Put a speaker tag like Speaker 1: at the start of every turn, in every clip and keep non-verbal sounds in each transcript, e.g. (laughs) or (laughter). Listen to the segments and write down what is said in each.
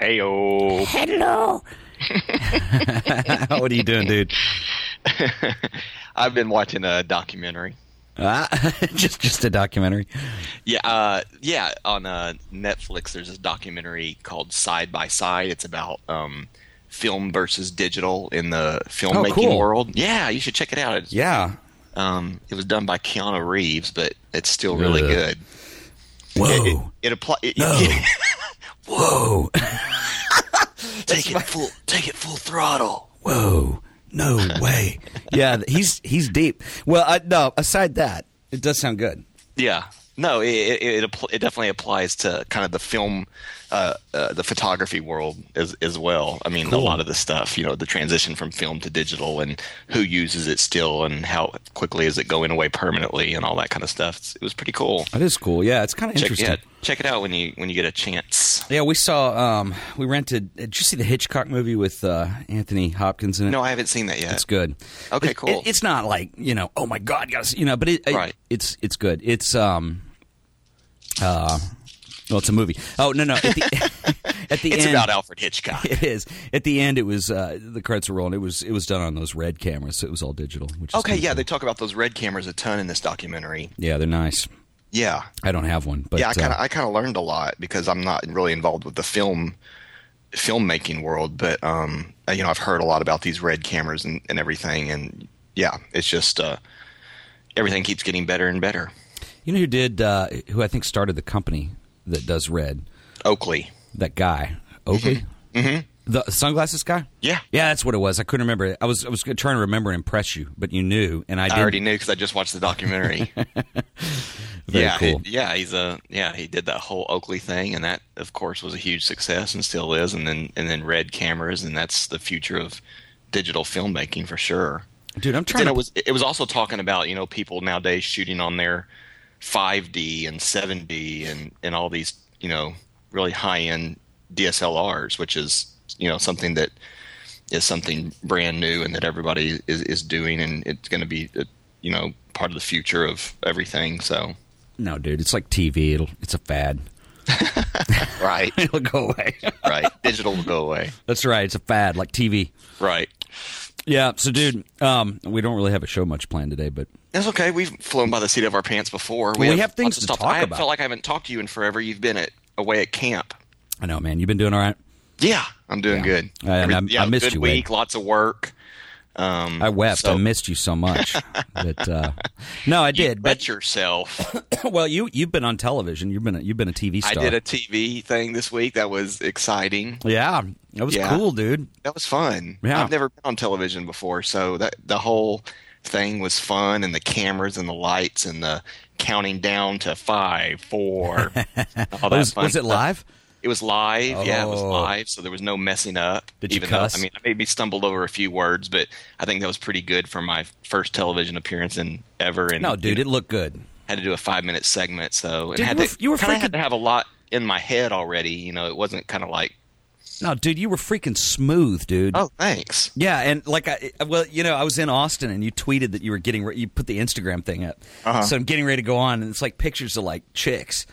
Speaker 1: Heyo.
Speaker 2: Hello.
Speaker 3: (laughs) what are you doing, dude?
Speaker 1: I've been watching a documentary.
Speaker 3: Ah, (laughs) just just a documentary.
Speaker 1: Yeah, uh, yeah. On uh, Netflix, there's this documentary called Side by Side. It's about um, film versus digital in the filmmaking
Speaker 3: cool.
Speaker 1: world. Yeah, you should check it out. It's,
Speaker 3: Yeah.
Speaker 1: Um, it was done by Keanu Reeves, but it's still really
Speaker 3: Ugh.
Speaker 1: good.
Speaker 3: Whoa.
Speaker 1: It, it, it apply. It, (laughs)
Speaker 3: Whoa.
Speaker 1: take it full. Take it full throttle.
Speaker 3: Whoa. No (laughs) way. yeah, he's he's deep. Well, I, no. Aside that, it does sound good.
Speaker 1: Yeah. No, it it, it, appl- it definitely applies to kind of the film, uh, uh, the photography world as as well. I mean, a lot of the stuff, you know, the transition from film to digital and who uses it still and how quickly is it going away permanently and all that kind of stuff. It's, it was pretty cool.
Speaker 3: That is cool. Yeah, it's kind of
Speaker 1: Check,
Speaker 3: interesting.
Speaker 1: yeah, check it out when you when you get a chance.
Speaker 3: Yeah, we saw. Um, we rented. Did you see the Hitchcock movie with uh, Anthony Hopkins in it?
Speaker 1: No, I haven't seen that yet.
Speaker 3: it's good.
Speaker 1: Okay,
Speaker 3: It- it-
Speaker 1: cool.
Speaker 3: it's not like you know, oh my god, gotta see, you know, but it, it-
Speaker 1: Right.
Speaker 3: it's it's good. It's um, uh, well, it's a movie. Oh no, no, at the, (laughs) at the
Speaker 1: It's
Speaker 3: end,
Speaker 1: about Alfred Hitchcock.
Speaker 3: (laughs) it is. At the end, it was uh, the credits were rolling. It was it was done on those red cameras, so it was all digital. Which is
Speaker 1: Okay,
Speaker 3: kinda
Speaker 1: yeah,
Speaker 3: cool.
Speaker 1: they talk about those red cameras a ton in this documentary.
Speaker 3: yeah, they're nice.
Speaker 1: Yeah,
Speaker 3: I don't have one, but
Speaker 1: yeah, I kind of
Speaker 3: uh,
Speaker 1: I kind of learned a lot because I'm not really involved with the film filmmaking world, but um, uh, you know, I've heard a lot about these red cameras and, and everything, and yeah, it's just uh, everything keeps getting better and better.
Speaker 3: you know who did uh, who I think started the company that does red.
Speaker 1: Oakley,
Speaker 3: that guy
Speaker 1: (laughs)
Speaker 3: Oakley, mm-hmm. the sunglasses guy.
Speaker 1: Yeah.
Speaker 3: yeah, that's what it was. I couldn't remember. it. I was I was trying to remember and impress you, but you knew, and I,
Speaker 1: I
Speaker 3: didn't.
Speaker 1: already knew because I just watched the documentary.
Speaker 3: (laughs) Very
Speaker 1: yeah,
Speaker 3: cool.
Speaker 1: he- yeah, he's a yeah, he did that whole Oakley thing, and that of course was a huge success and still is, and then and then red cameras, and that's the future of digital filmmaking for sure.
Speaker 3: Dude,
Speaker 1: Then
Speaker 3: I'm trying to.
Speaker 1: it was it was also talking about you know people nowadays shooting on their 5D and 7D and and all these you know really high end DSLRs, which is you know something that is something brand new and that everybody is is doing, and it's going to be uh, you know part of the future of everything. So
Speaker 3: no, dude, it's like TV. It'll it's
Speaker 1: (laughs)
Speaker 3: a fad.
Speaker 1: right,
Speaker 3: It'll go away.
Speaker 1: right, digital will go away.
Speaker 3: (laughs) that's right. It's a fad, like TV.
Speaker 1: Right,
Speaker 3: Yeah. So, dude, um, we don't really have a show much planned today, but
Speaker 1: that's okay. We've flown by the seat of our pants before.
Speaker 3: We have
Speaker 1: lots of
Speaker 3: things to
Speaker 1: stuff.
Speaker 3: talk
Speaker 1: I
Speaker 3: about.
Speaker 1: felt like I haven't talked to you in forever. You've been at away at camp.
Speaker 3: I know, man, you've been doing all right.
Speaker 1: Yeah, I'm doing good.
Speaker 3: Uh, and I'm-
Speaker 1: yeah,
Speaker 3: I missed
Speaker 1: good
Speaker 3: you, Wade.
Speaker 1: week, lots of work. Um,
Speaker 3: I wept.
Speaker 1: So
Speaker 3: I missed you
Speaker 1: (laughs)
Speaker 3: so much. that uh, no, I
Speaker 1: you
Speaker 3: did. but
Speaker 1: bet
Speaker 3: (laughs)
Speaker 1: yourself.
Speaker 3: (clears throat) well, you you've been on television. You've been a, you've been a TV
Speaker 1: I
Speaker 3: star.
Speaker 1: did a TV thing this week. That was exciting.
Speaker 3: yeah, that was
Speaker 1: Yeah.
Speaker 3: cool, dude.
Speaker 1: That was fun.
Speaker 3: Yeah.
Speaker 1: I've never been on television before, so that the whole thing was fun, and the cameras and the lights and the counting down to five,
Speaker 3: (laughs)
Speaker 1: four. all that
Speaker 3: Was,
Speaker 1: fun
Speaker 3: was
Speaker 1: stuff.
Speaker 3: it live?
Speaker 1: It was live. Yeah, it was
Speaker 3: Oh.
Speaker 1: live, so there was no messing up.
Speaker 3: Did you
Speaker 1: even
Speaker 3: cuss?
Speaker 1: Though, I mean, I maybe stumbled over a few words, but I think that was pretty good for my first television appearance in ever. And
Speaker 3: No,
Speaker 1: you
Speaker 3: dude,
Speaker 1: know,
Speaker 3: it looked good.
Speaker 1: had to do a five minute segment, so and
Speaker 3: Dude,
Speaker 1: had
Speaker 3: you were-
Speaker 1: to,
Speaker 3: you were
Speaker 1: kind of had
Speaker 3: freaking-
Speaker 1: to have a lot in my head already. You know, it wasn't kind of like,
Speaker 3: No, dude, you were freaking smooth, dude.
Speaker 1: oh, thanks.
Speaker 3: Yeah, and like I uh, well, you know, I was in Austin and you tweeted that you were getting re- you put the Instagram thing up.
Speaker 1: Uh-huh.
Speaker 3: So I'm getting ready to go on and it's like pictures of like chicks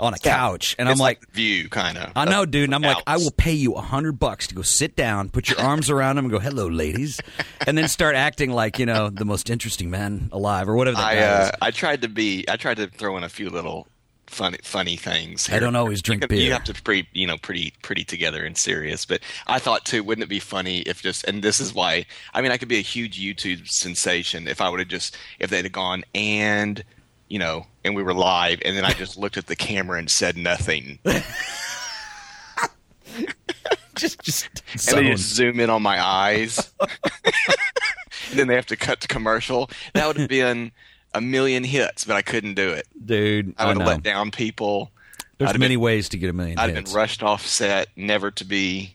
Speaker 3: on a couch and I'm
Speaker 1: It's
Speaker 3: like
Speaker 1: the view kind of.
Speaker 3: I know, dude. And I'm like,
Speaker 1: Ouch.
Speaker 3: I will pay you a hundred bucks to go sit down, put your arms around them, and go, "Hello, ladies," and then start acting like you know the most interesting man alive or whatever that
Speaker 1: I
Speaker 3: guy
Speaker 1: uh,
Speaker 3: is.
Speaker 1: I tried to be. I tried to throw in a few little funny funny things.
Speaker 3: I don't
Speaker 1: here.
Speaker 3: always drink
Speaker 1: You
Speaker 3: beer.
Speaker 1: have to pretty you know pretty pretty together and serious. But I thought too, wouldn't it be funny if just and this is why I mean I could be a huge YouTube sensation if I would have just if they'd have gone and you know and we were live and then I just looked at the camera and said nothing and
Speaker 3: (laughs) Just, just,
Speaker 1: they
Speaker 3: zone.
Speaker 1: just zoom in on my eyes. (laughs) and then they have to cut to commercial. That would have been a million hits, but I couldn't do it.
Speaker 3: dude.
Speaker 1: I would
Speaker 3: know.
Speaker 1: have let down people. I'd
Speaker 3: There's
Speaker 1: have
Speaker 3: many
Speaker 1: been-
Speaker 3: ways to get a 1000000
Speaker 1: I'd have
Speaker 3: hits.
Speaker 1: been rushed off set, never to be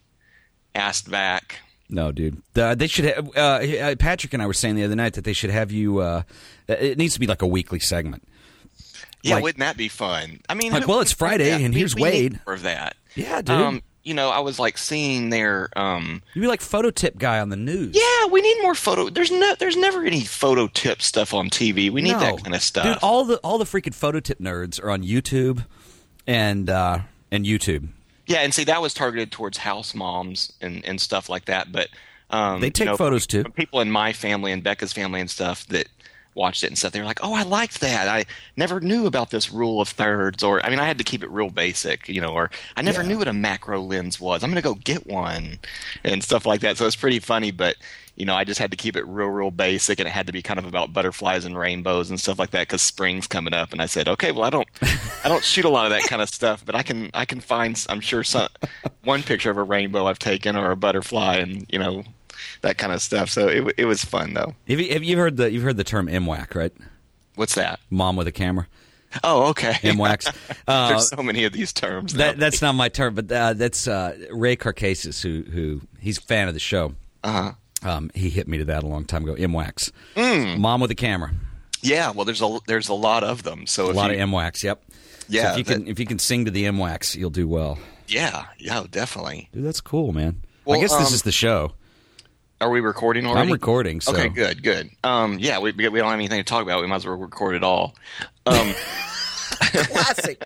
Speaker 1: asked back.
Speaker 3: No, dude. Uh, they should. Have, uh, uh, Patrick and I were saying the other night that they should have you. Uh, it needs to be like a weekly segment.
Speaker 1: Yeah,
Speaker 3: Like-
Speaker 1: wouldn't that be fun? I mean,
Speaker 3: Like, well, it's Friday,
Speaker 1: yeah,
Speaker 3: and
Speaker 1: we-
Speaker 3: here's
Speaker 1: we need
Speaker 3: Wade.
Speaker 1: more of that.
Speaker 3: Yeah, dude.
Speaker 1: Um, you know, I was like seeing their. Um,
Speaker 3: You'd be like photo tip guy on the news.
Speaker 1: yeah, we need more photo. There's no, there's never any photo tip stuff on TV. We need
Speaker 3: No.
Speaker 1: that kind of stuff.
Speaker 3: Dude, all the all the freaking photo tip nerds are on YouTube and uh, and YouTube.
Speaker 1: Yeah, and see that was targeted towards house moms and and stuff like that. But um,
Speaker 3: They take
Speaker 1: you know,
Speaker 3: photos, too.
Speaker 1: from People in my family and Becca's family and stuff that watched it and stuff. They were like, "Oh, I liked that. I never knew about this rule of thirds." Or I mean, I had to keep it real basic, you know. Or I never knew what a macro lens was. I'm gonna go get one and stuff like that. So it's pretty funny, but. You know, I just had to keep it real, real basic, and it had to be kind of about butterflies and rainbows and stuff like that because spring's coming up. And I said, okay, well, I don't, I don't shoot a lot of that kind of stuff, but I can, I can find, I'm sure some, one picture of a rainbow I've taken or a butterfly, and you know, that kind of stuff. So it w- it was fun though.
Speaker 3: Have you, have you heard the you've heard the term MWAC, right?
Speaker 1: What's that?
Speaker 3: Mom with a camera.
Speaker 1: Oh, okay.
Speaker 3: MWACs.
Speaker 1: (laughs)
Speaker 3: Uh,
Speaker 1: There's so many of these terms.
Speaker 3: that, that's not my term, but uh, that's uh, Ray Carcasis, who who he's a fan of the show.
Speaker 1: uh
Speaker 3: Um, he hit me to that a long time ago. MWACs.
Speaker 1: Mm.
Speaker 3: Mom with a camera.
Speaker 1: Yeah. Well, there's a there's a lot of them. So
Speaker 3: A lot of MWACs. Yep.
Speaker 1: Yeah,
Speaker 3: So if you can if you can sing to the MWACs, you'll do well.
Speaker 1: yeah, yeah, definitely.
Speaker 3: Dude, that's cool, man. I
Speaker 1: Well,
Speaker 3: guess this
Speaker 1: um,
Speaker 3: is the show.
Speaker 1: Are we recording already?
Speaker 3: I'm recording, so
Speaker 1: Okay, good, good. Um, yeah, we we don't have anything to talk about. We might as well record it all.
Speaker 3: (laughs)
Speaker 1: Um,
Speaker 3: classic.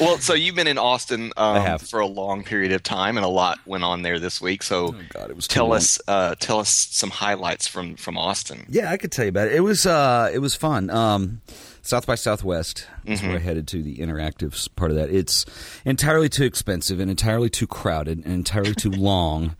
Speaker 1: well, so you've been in Austin um,
Speaker 3: have.
Speaker 1: for a long period of time, and a lot went on there this week. So,
Speaker 3: Oh, God, it was too
Speaker 1: tell
Speaker 3: long.
Speaker 1: us uh, tell us some highlights from from Austin.
Speaker 3: Yeah, I could tell you about it. It was uh, it was fun. Um, South by Southwest is where I headed to the interactive s- part of that. It's entirely too expensive and entirely too crowded and entirely too long,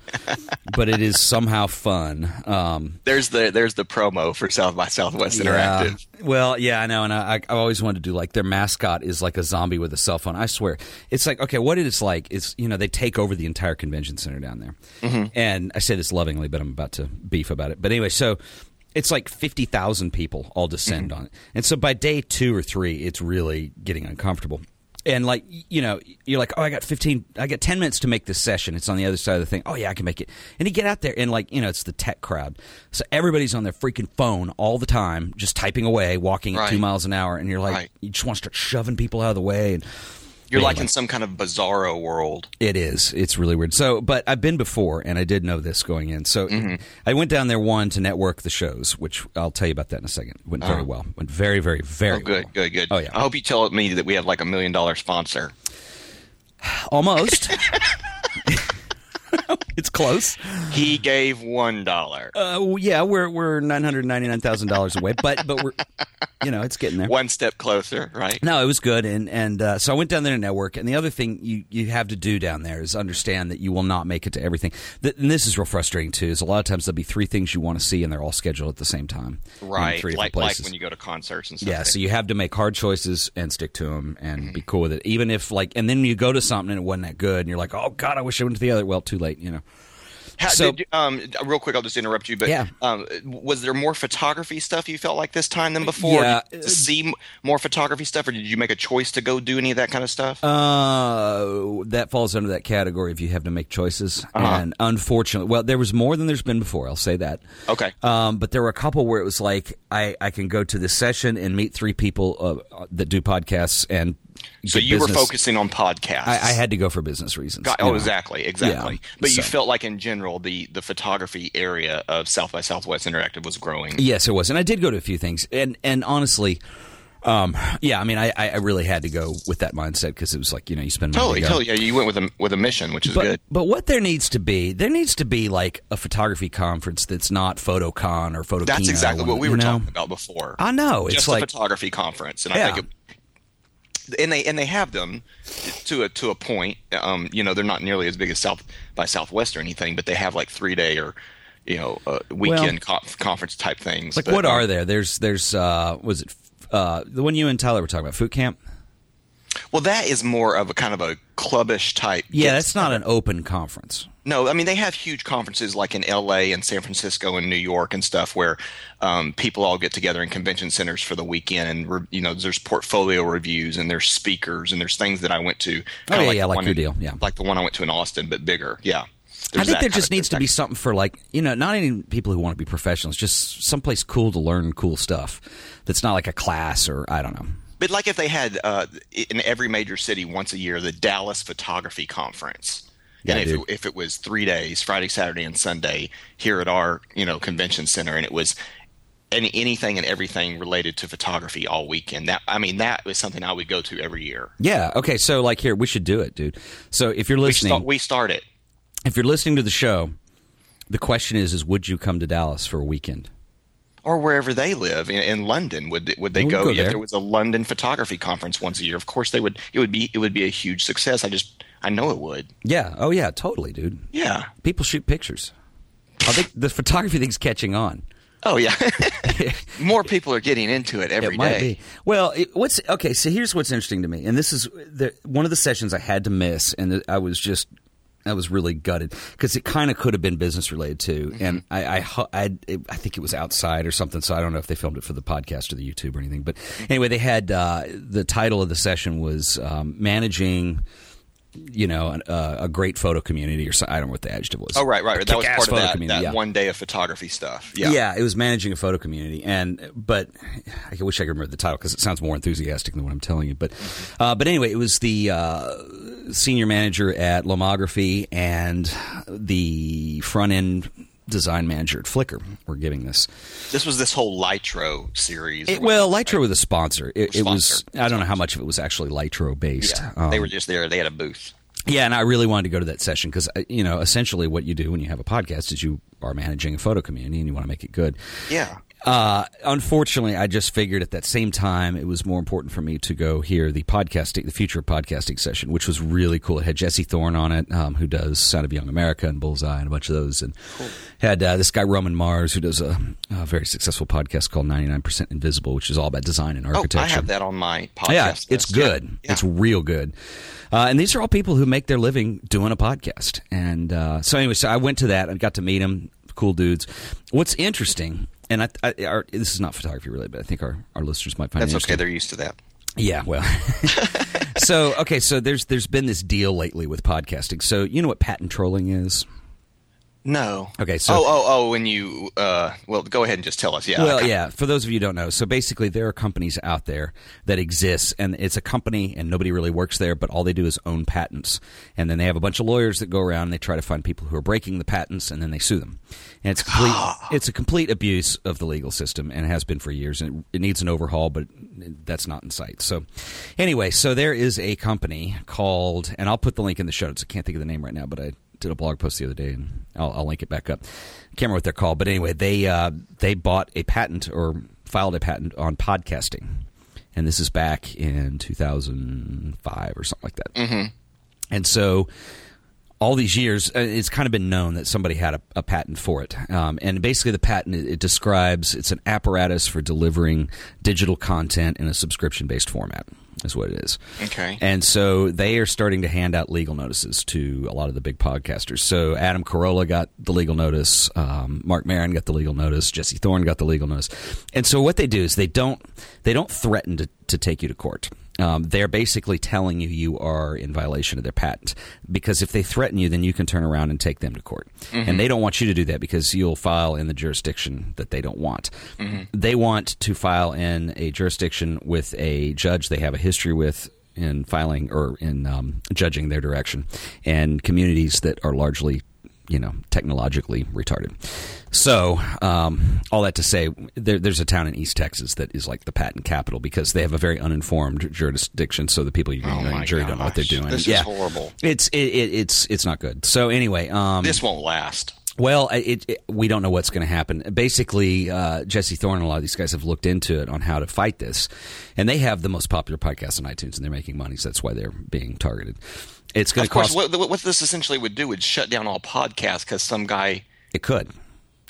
Speaker 3: but it is somehow fun. Um,
Speaker 1: There's the there's the promo for South by Southwest
Speaker 3: yeah.
Speaker 1: Interactive.
Speaker 3: Well, yeah, I know, and I, I I always wanted to do like their mascot is like a zombie with a cell phone. I swear, it's like okay, what it is like is you know they take over the entire convention center down there, and I say this lovingly, but I'm about to beef about it. But anyway, so it's like fifty thousand people all descend on it, and so by day two or three, it's really getting uncomfortable. And like y- you know, you're like, oh, I got fifteen, I got ten minutes to make this session. It's on the other side of the thing. Oh yeah, I can make it. And you get out there, and like you know, it's the tech crowd, so everybody's on their freaking phone all the time, just typing away, walking at
Speaker 1: Right.
Speaker 3: two miles an hour, and you're like,
Speaker 1: Right.
Speaker 3: you just want to start shoving people out of the way. And
Speaker 1: You're like in some kind of bizarro world.
Speaker 3: it is, it's really weird. So, but I've been before, and I did know this going in. So
Speaker 1: Mm-hmm.
Speaker 3: I went down there one to network the shows, which I'll tell you about that in a second. Went very well. Went very, very, very
Speaker 1: Oh, good,
Speaker 3: well.
Speaker 1: good, good.
Speaker 3: Oh, yeah.
Speaker 1: I hope you tell me that we have like a million dollar sponsor.
Speaker 3: Almost. (laughs)
Speaker 1: (laughs)
Speaker 3: it's close.
Speaker 1: (sighs) He gave one dollar,
Speaker 3: Uh, well, yeah, we're we're nine hundred ninety nine thousand dollars away, but but we're you know it's getting there.
Speaker 1: one step closer, right?
Speaker 3: No, it was good, and and uh, so I went down there to network. And the other thing you you have to do down there is understand that you will not make it to everything. Th- and this is real frustrating too. Is a lot of times there'll be three things you want to see, and they're all scheduled at the same time, in
Speaker 1: Right,
Speaker 3: three different
Speaker 1: like like
Speaker 3: places.
Speaker 1: when you go to concerts and stuff.
Speaker 3: yeah, so you have to make hard choices and stick to them and
Speaker 1: Mm-hmm.
Speaker 3: be cool with it. Even if like, and then you go to something and it wasn't that good, and you're like, oh god, I wish I went to the other. Well, too late, you know.
Speaker 1: How,
Speaker 3: so-
Speaker 1: did you- um, real quick, I'll just interrupt you. But
Speaker 3: Yeah.
Speaker 1: um, was there more photography stuff you felt like this time than before?
Speaker 3: Yeah, uh,
Speaker 1: Did you see m- more photography stuff, or did you make a choice to go do any of that kind of stuff?
Speaker 3: Uh, that falls under that category if you have to make choices.
Speaker 1: Uh-huh.
Speaker 3: And unfortunately, well, there was more than there's been before. I'll say that.
Speaker 1: Okay.
Speaker 3: Um, but there were a couple where it was like I, I can go to this session and meet three people uh, that do podcasts and
Speaker 1: so
Speaker 3: get
Speaker 1: you were
Speaker 3: business.
Speaker 1: focusing on podcasts.
Speaker 3: I, I had to go for business reasons.
Speaker 1: Got-
Speaker 3: you
Speaker 1: oh,
Speaker 3: know.
Speaker 1: exactly, exactly.
Speaker 3: Yeah,
Speaker 1: but you
Speaker 3: so-
Speaker 1: felt like, in general, the the photography area of South by Southwest Interactive was growing.
Speaker 3: Yes, it was, and I did go to a few things, and and honestly. Um, yeah, I mean, I, I I really had to go with that mindset because it was like, you know, you spend money
Speaker 1: Totally,
Speaker 3: to go.
Speaker 1: totally. Yeah, you went with a with a mission, which is
Speaker 3: But,
Speaker 1: good.
Speaker 3: but what there needs to be, there needs to be like a photography conference that's not PhotoCon or PhotoKina.
Speaker 1: That's exactly
Speaker 3: one,
Speaker 1: what we
Speaker 3: you
Speaker 1: were
Speaker 3: know?
Speaker 1: talking about before.
Speaker 3: I know. It's
Speaker 1: Just
Speaker 3: like
Speaker 1: a photography conference, and
Speaker 3: Yeah.
Speaker 1: I think it, and they and they have them to a to a point. Um, you know, they're not nearly as big as South by Southwest or anything, but they have like three day or you know uh, weekend co- conference type things.
Speaker 3: like
Speaker 1: But,
Speaker 3: what
Speaker 1: um,
Speaker 3: are there? There's there's uh was it uh the one you and Tyler were talking about, Food Camp?
Speaker 1: Well, that is more of a kind of a clubbish type.
Speaker 3: Yeah, that's not an open conference.
Speaker 1: No, I mean they have huge conferences like in L.A. and San Francisco and New York and stuff where um, people all get together in convention centers for the weekend and re- you know there's portfolio reviews and there's speakers and there's things that I went to. kinda
Speaker 3: Oh, yeah, yeah,
Speaker 1: the
Speaker 3: like
Speaker 1: one
Speaker 3: your
Speaker 1: in-
Speaker 3: deal, yeah.
Speaker 1: like the one I went to in Austin, but bigger. Yeah,
Speaker 3: I think there just needs to be something for like you know not any people who want to be professionals, just someplace cool to learn cool stuff that's not like a class or I don't know.
Speaker 1: But like if they had uh, in every major city once a year the Dallas Photography Conference.
Speaker 3: Yeah,
Speaker 1: and if
Speaker 3: dude.
Speaker 1: it, if it was three days, Friday, Saturday, and Sunday here at our you know convention center, and it was any, anything and everything related to photography all weekend. That I mean, that was something I would go to every year.
Speaker 3: Yeah. Okay. So, like, here we should do it, dude. So, if you're
Speaker 1: We
Speaker 3: listening,
Speaker 1: start, we start it.
Speaker 3: if you're listening to the show, the question is: Is would you come to Dallas for a weekend?
Speaker 1: or wherever they live in, in London would would they
Speaker 3: We'll
Speaker 1: go,
Speaker 3: go
Speaker 1: if
Speaker 3: there.
Speaker 1: there was a London photography conference once a year of course they would it would be it would be a huge success I just I know it would
Speaker 3: Yeah. Oh, yeah. Totally, dude.
Speaker 1: yeah
Speaker 3: People shoot pictures. I think the photography thing's catching on.
Speaker 1: oh
Speaker 3: (laughs)
Speaker 1: yeah more people are getting into it every day.
Speaker 3: it might be. Well, it, what's okay? So here's what's interesting to me, and this is the, one of the sessions I had to miss, and I was just. I was really gutted because it kind of could have been business related too,
Speaker 1: Mm-hmm.
Speaker 3: and I I, hu- I I think it was outside or something. So I don't know if they filmed it for the podcast or the YouTube or anything. But
Speaker 1: Mm-hmm.
Speaker 3: anyway, they had uh, the title of the session was um, managing, you know, an, uh, a great photo community or so, I don't know what the adjective was.
Speaker 1: oh right right
Speaker 3: A
Speaker 1: that was
Speaker 3: kick-ass
Speaker 1: part of
Speaker 3: photo
Speaker 1: that,
Speaker 3: community,
Speaker 1: that
Speaker 3: yeah.
Speaker 1: one day of photography stuff yeah
Speaker 3: Yeah. it was managing a photo community, and but I wish I could remember the title because it sounds more enthusiastic than what I'm telling you. But uh, but anyway, it was the uh, senior manager at Lomography and the front end design manager at Flickr were giving this.
Speaker 1: this was this whole Litro series
Speaker 3: It, well, Lytro was a sponsor. It, it was
Speaker 1: Sponsor.
Speaker 3: I don't know how much of it was actually Lytro based.
Speaker 1: Yeah.
Speaker 3: Um,
Speaker 1: they were just there they had a booth
Speaker 3: yeah, and I really wanted to go to that session because you know essentially what you do when you have a podcast is you are managing a photo community and you want to make it good.
Speaker 1: yeah
Speaker 3: Uh, unfortunately, I just figured at that same time it was more important for me to go hear the podcasting, the future podcasting session, which was really cool. It had Jesse Thorne on it, um, who does Sound of Young America and Bullseye and a bunch of those, and had uh, this guy Roman Mars, who does a, a very successful podcast called 99% Invisible, which is all about design and
Speaker 1: oh
Speaker 3: architecture.
Speaker 1: I have that on my podcast
Speaker 3: Yeah, it's
Speaker 1: list.
Speaker 3: good.
Speaker 1: Yeah.
Speaker 3: It's real good. Uh, and these are all people who make their living doing a podcast. And uh, so, anyway, so I went to that and got to meet them. Cool dudes. What's interesting, and I, I, our, this is not photography related, but I think our, our listeners might find
Speaker 1: that's
Speaker 3: it
Speaker 1: okay
Speaker 3: interesting.
Speaker 1: they're used to that
Speaker 3: Yeah, well. (laughs) so okay, so there's there's been this deal lately with podcasting. So you know what patent trolling is?
Speaker 1: no
Speaker 3: Okay, so-
Speaker 1: oh oh oh when you uh well go ahead and just tell us yeah
Speaker 3: Well,
Speaker 1: okay.
Speaker 3: yeah. For those of you who don't know, so basically there are companies out there that exist, and it's a company, and nobody really works there, but all they do is own patents, and then they have a bunch of lawyers that go around and they try to find people who are breaking the patents, and then they sue them. And
Speaker 1: (gasps)
Speaker 3: it's complete, it's a complete abuse of the legal system, and it has been for years, and it needs an overhaul, but that's not in sight. So, anyway, so there is a company called, and I'll put the link in the show notes. I can't think of the name right now, but I did a blog post the other day, and I'll, I'll link it back up. Can't remember what they're called, but anyway, they uh, they bought a patent or filed a patent on podcasting, and this is back in 2005 or something like that. Mm-hmm. And so, all these years, uh, it's kind of been known that somebody had a, a patent for it. Um, and basically, the patent it, it describes it's an apparatus for delivering digital content in a subscription based format. Is what it is.
Speaker 1: Okay.
Speaker 3: And so they are starting to hand out legal notices to a lot of the big podcasters. So Adam Carolla got the legal notice. Um, Mark Maron got the legal notice. Jesse Thorne got the legal notice. And so what they do is they don't they don't threaten to, to take you to court. Um, they're basically telling you you are in violation of their patent because if they threaten you, then you can turn around and take them to court. And they don't want you to do that because you'll file in the jurisdiction that they don't want. They want to file in a jurisdiction with a judge they have a history with in filing or in um, judging their direction and communities that are largely you know technologically retarded so um, all that to say there, there's a town in east texas that is like the patent capital because they have a very uninformed jurisdiction so the people you
Speaker 1: Oh
Speaker 3: know, in
Speaker 1: my
Speaker 3: the jury don't know what they're
Speaker 1: gosh.
Speaker 3: doing
Speaker 1: This is
Speaker 3: yeah
Speaker 1: horrible.
Speaker 3: it's it, it, it's it's not good so anyway um,
Speaker 1: this won't last
Speaker 3: well, I- it, it, we don't know what's going to happen. Basically, uh, Jesse Thorne and a lot of these guys have looked into it on how to fight this, and they have the most popular podcast on iTunes, and they're making money, so that's why they're being targeted. It's going
Speaker 1: Of
Speaker 3: to cost.
Speaker 1: course, what, what this essentially would do would shut down all podcasts because some guy.
Speaker 3: it could.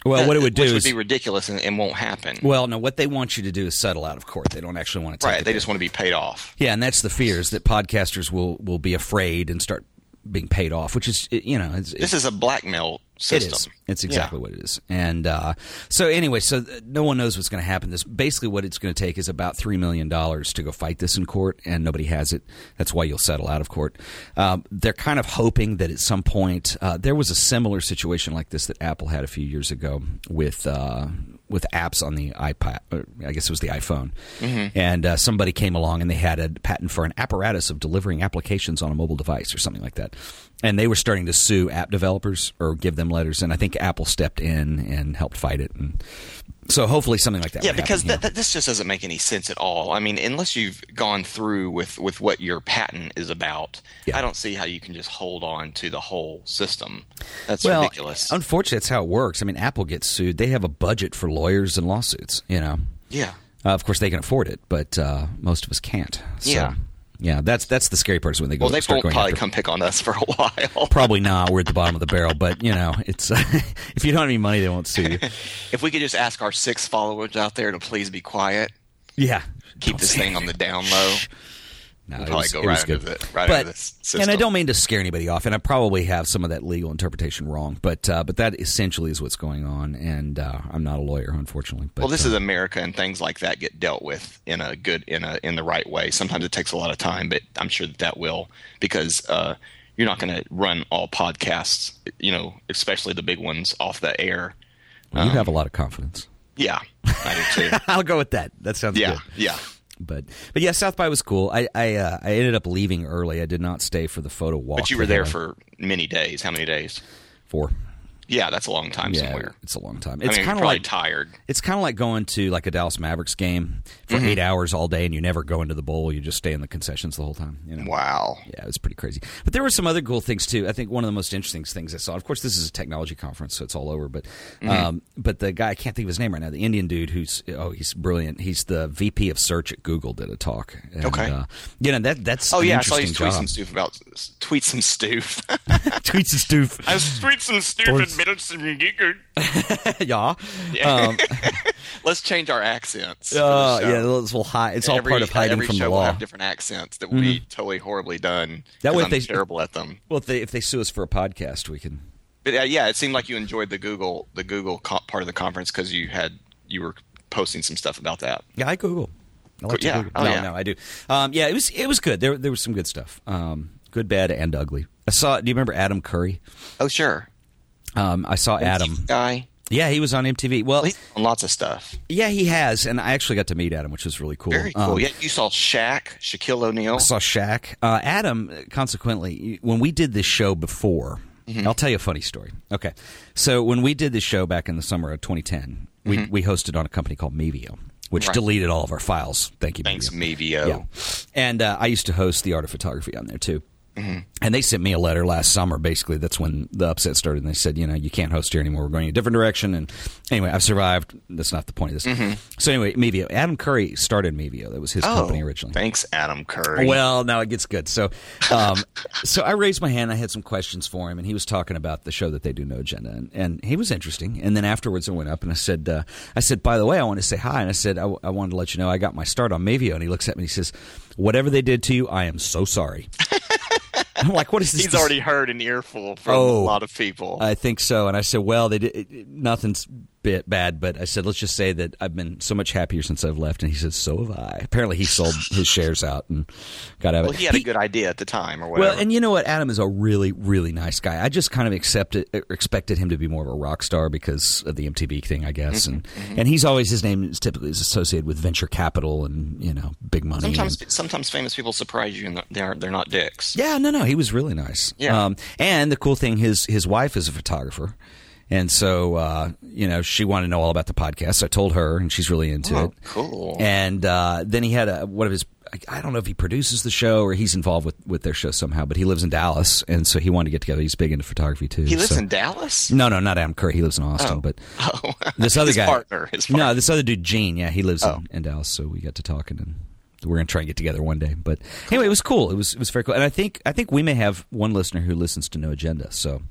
Speaker 3: Well, what it would do
Speaker 1: which
Speaker 3: is
Speaker 1: would be ridiculous and, and won't happen.
Speaker 3: well, no. What they want you to do is settle out of court. They don't actually want to take
Speaker 1: right?
Speaker 3: it
Speaker 1: They
Speaker 3: down.
Speaker 1: just want to be paid off.
Speaker 3: Yeah, and that's the fear is that podcasters will will be afraid and start being paid off, which is you know it's,
Speaker 1: This is a blackmail
Speaker 3: It
Speaker 1: system.
Speaker 3: is. It's exactly what it is. And uh, so, anyway, so th- no one knows what's going to happen. This basically what it's going to take is about three million dollars to go fight this in court, and nobody has it. That's why you'll settle out of court. Um, they're kind of hoping that at some point uh, there was a similar situation like this that Apple had a few years ago with. Uh, with apps on the iPad, or I guess it was the iPhone,
Speaker 1: Mm-hmm.
Speaker 3: and uh, somebody came along and they had a patent for an apparatus of delivering applications on a mobile device or something like that, and they were starting to sue app developers or give them letters, and I think Apple stepped in and helped fight it, and So hopefully something like that.
Speaker 1: Yeah,
Speaker 3: would happen,
Speaker 1: because
Speaker 3: you
Speaker 1: that,
Speaker 3: know?
Speaker 1: that, this just doesn't make any sense at all. I mean, unless you've gone through with, with what your patent is about,
Speaker 3: Yeah.
Speaker 1: I don't see how you can just hold on to the whole system. That's
Speaker 3: well,
Speaker 1: ridiculous.
Speaker 3: Unfortunately, that's how it works. I mean, Apple gets sued. They have a budget for lawyers and lawsuits. You know,
Speaker 1: yeah.
Speaker 3: uh, of course they can afford it, but uh, most of us can't. So,
Speaker 1: Yeah.
Speaker 3: yeah. That's that's the scary part is when they go.
Speaker 1: Well, they
Speaker 3: start
Speaker 1: won't
Speaker 3: going
Speaker 1: probably
Speaker 3: after-
Speaker 1: come pick on us (laughs) for a while.
Speaker 3: Probably not. We're at the bottom of the barrel, but you know, it's (laughs) if you don't have any money, they
Speaker 1: (laughs)
Speaker 3: won't sue you.
Speaker 1: if we could just ask our six followers out there to please be quiet,
Speaker 3: Yeah,
Speaker 1: keep
Speaker 3: Don't
Speaker 1: this
Speaker 3: say
Speaker 1: thing on the down low.
Speaker 3: No,
Speaker 1: probably go right under the- right
Speaker 3: but,
Speaker 1: under this system.
Speaker 3: And I don't mean to scare anybody off, and I probably have some of that legal interpretation wrong, but uh, but that essentially is what's going on, and uh, I'm not a lawyer, unfortunately. But,
Speaker 1: Well, this
Speaker 3: uh,
Speaker 1: is America, and things like that get dealt with in a good, in a in the right way. Sometimes it takes a lot of time, but I'm sure that that will because uh, you're not going to run all podcasts, you know, especially the big ones, off the air.
Speaker 3: you have a lot of confidence. (laughs)
Speaker 1: Yeah, I do too.
Speaker 3: I'll go with that. That sounds
Speaker 1: Yeah,
Speaker 3: good.
Speaker 1: yeah.
Speaker 3: But but yeah, South by was cool. I I, uh, I ended up leaving early. I did not stay for the photo walk.
Speaker 1: But you were there
Speaker 3: that I-
Speaker 1: for many days. How many days?
Speaker 3: four.
Speaker 1: Yeah, that's a long time somewhere.
Speaker 3: it's a long time.
Speaker 1: I
Speaker 3: It's
Speaker 1: mean, you're
Speaker 3: kind
Speaker 1: probably
Speaker 3: of like
Speaker 1: tired.
Speaker 3: It's kind of like going to like a Dallas Mavericks game for
Speaker 1: Mm-hmm.
Speaker 3: eight hours all day, and you never go into the bowl. You just stay in the concessions the whole time. You know?
Speaker 1: Wow.
Speaker 3: Yeah, it was pretty crazy. But there were some other cool things too. I think one of the most interesting things I saw. Of course, this is a technology conference, so it's all over. But
Speaker 1: Mm-hmm.
Speaker 3: um, but the guy I can't think of his name right now. The Indian dude who's oh he's brilliant. He's the VP of search at Google. Did a talk. And,
Speaker 1: Okay.
Speaker 3: Uh, you know that that's
Speaker 1: Oh
Speaker 3: an
Speaker 1: yeah, I saw you
Speaker 3: interesting
Speaker 1: tweet some
Speaker 3: (laughs) job.
Speaker 1: stuff about tweet some stuff.
Speaker 3: tweets and stoof.
Speaker 1: (laughs) I tweet some stupid Middleton Giggard.
Speaker 3: (laughs) yeah.
Speaker 1: (laughs) Let's change our accents. for the
Speaker 3: Um, Uh,
Speaker 1: show.
Speaker 3: yeah. This little high. It's all
Speaker 1: every,
Speaker 3: part of hiding
Speaker 1: every
Speaker 3: from
Speaker 1: show
Speaker 3: the
Speaker 1: will
Speaker 3: law. Mm-hmm.
Speaker 1: have different accents that will be totally horribly done.
Speaker 3: That
Speaker 1: 'cause
Speaker 3: way if
Speaker 1: I'm
Speaker 3: they-
Speaker 1: terrible at them.
Speaker 3: well, if they if they sue us for a podcast, we can.
Speaker 1: But uh, yeah, it seemed like you enjoyed the Google the Google co- part of the conference because you had you were posting some stuff about that.
Speaker 3: Yeah, I Google. I like to
Speaker 1: Yeah.
Speaker 3: Google.
Speaker 1: Oh,
Speaker 3: no,
Speaker 1: yeah.
Speaker 3: no, I do. Um, yeah, it was it was good. There there was some good stuff. Um, good, bad, and ugly. I saw. Do you remember Adam Curry?
Speaker 1: Oh sure,
Speaker 3: Um, I saw Adam.
Speaker 1: guy.
Speaker 3: Yeah, he was on MTV. Well,
Speaker 1: He's on lots of stuff.
Speaker 3: yeah, he has, and I actually got to meet Adam, which was really cool.
Speaker 1: Very cool.
Speaker 3: Um,
Speaker 1: yeah, you saw Shaq, Shaquille O'Neal.
Speaker 3: I saw Shaq. Uh, Adam, consequently, when we did this show before,
Speaker 1: Mm-hmm.
Speaker 3: I'll tell you a funny story. Okay. So when we did this show back in the summer of 2010, we, we hosted on a company called Mevio, which
Speaker 1: Mm-hmm. Right.
Speaker 3: deleted all of our files. Thank you,
Speaker 1: Thanks,
Speaker 3: Mevio.
Speaker 1: Mevio.
Speaker 3: Yeah. And uh, I used to host the art of photography on there too. And they sent me a letter last summer. Basically, that's when the upset started. And they said, you know, you can't host here anymore. We're going a different direction. And anyway, I've survived. That's not the point of this. So anyway, Mevio. Adam Curry started Mevio. That was his
Speaker 1: Oh,
Speaker 3: company originally.
Speaker 1: thanks, Adam Curry.
Speaker 3: Well, now it gets good. So, um, (laughs) so I raised my hand. I had some questions for him, and he was talking about the show that they do, No Agenda, and, and he was interesting. And then afterwards, I went up and I said, uh, I said, by the way, I want to say hi, and I said, I, w- I wanted to let you know I got my start on Mavio, and he looks at me and he says, whatever they did to you, I am
Speaker 1: (laughs)
Speaker 3: so sorry. I'm like, what is this?
Speaker 1: He's already heard an earful from
Speaker 3: Oh.
Speaker 1: a lot of people.
Speaker 3: (laughs) I think so. And I said, well, they did, it, it- nothing's bit bad, but I said, let's just say that I've been so much happier since I've left. And he said, so have I. Apparently, he sold his shares out and got out of
Speaker 1: well,
Speaker 3: it.
Speaker 1: he had
Speaker 3: He-
Speaker 1: a good idea at the time, or whatever.
Speaker 3: well, and you know what? Adam is a really, really nice guy. I just kind of accepted, er, expected him to be more of a rock star because of the MTV thing, I
Speaker 1: Mm-hmm,
Speaker 3: guess. And and he's always his name is typically is associated with venture capital and you know big money.
Speaker 1: sometimes,
Speaker 3: and-
Speaker 1: sometimes famous people surprise you, and they're- they're they're not dicks.
Speaker 3: yeah, no, no, he was really nice. Um,
Speaker 1: Yeah.
Speaker 3: and the cool thing, his his wife is a photographer. And so, uh, you know, she wanted to know all about the podcast. So I told her, and she's really into
Speaker 1: Oh,
Speaker 3: it.
Speaker 1: cool.
Speaker 3: And uh, then he had a, one of his. I- I don't know if he produces the show or he's involved with, with their show somehow, but he lives in Dallas, and so he wanted to get together. He's big into photography too.
Speaker 1: He lives
Speaker 3: so-
Speaker 1: in Dallas.
Speaker 3: No, no, not Adam Curry. He lives in Austin, but
Speaker 1: (laughs) Oh.
Speaker 3: this other
Speaker 1: His
Speaker 3: guy,
Speaker 1: partner, his partner. Oh.
Speaker 3: no, this other dude, Gene. Yeah, he lives in, in Dallas, so we got to talking, and we're gonna try and get together one day. But anyway, it was cool. It was it was very cool, and I think I think we may have one listener who listens to No Agenda. So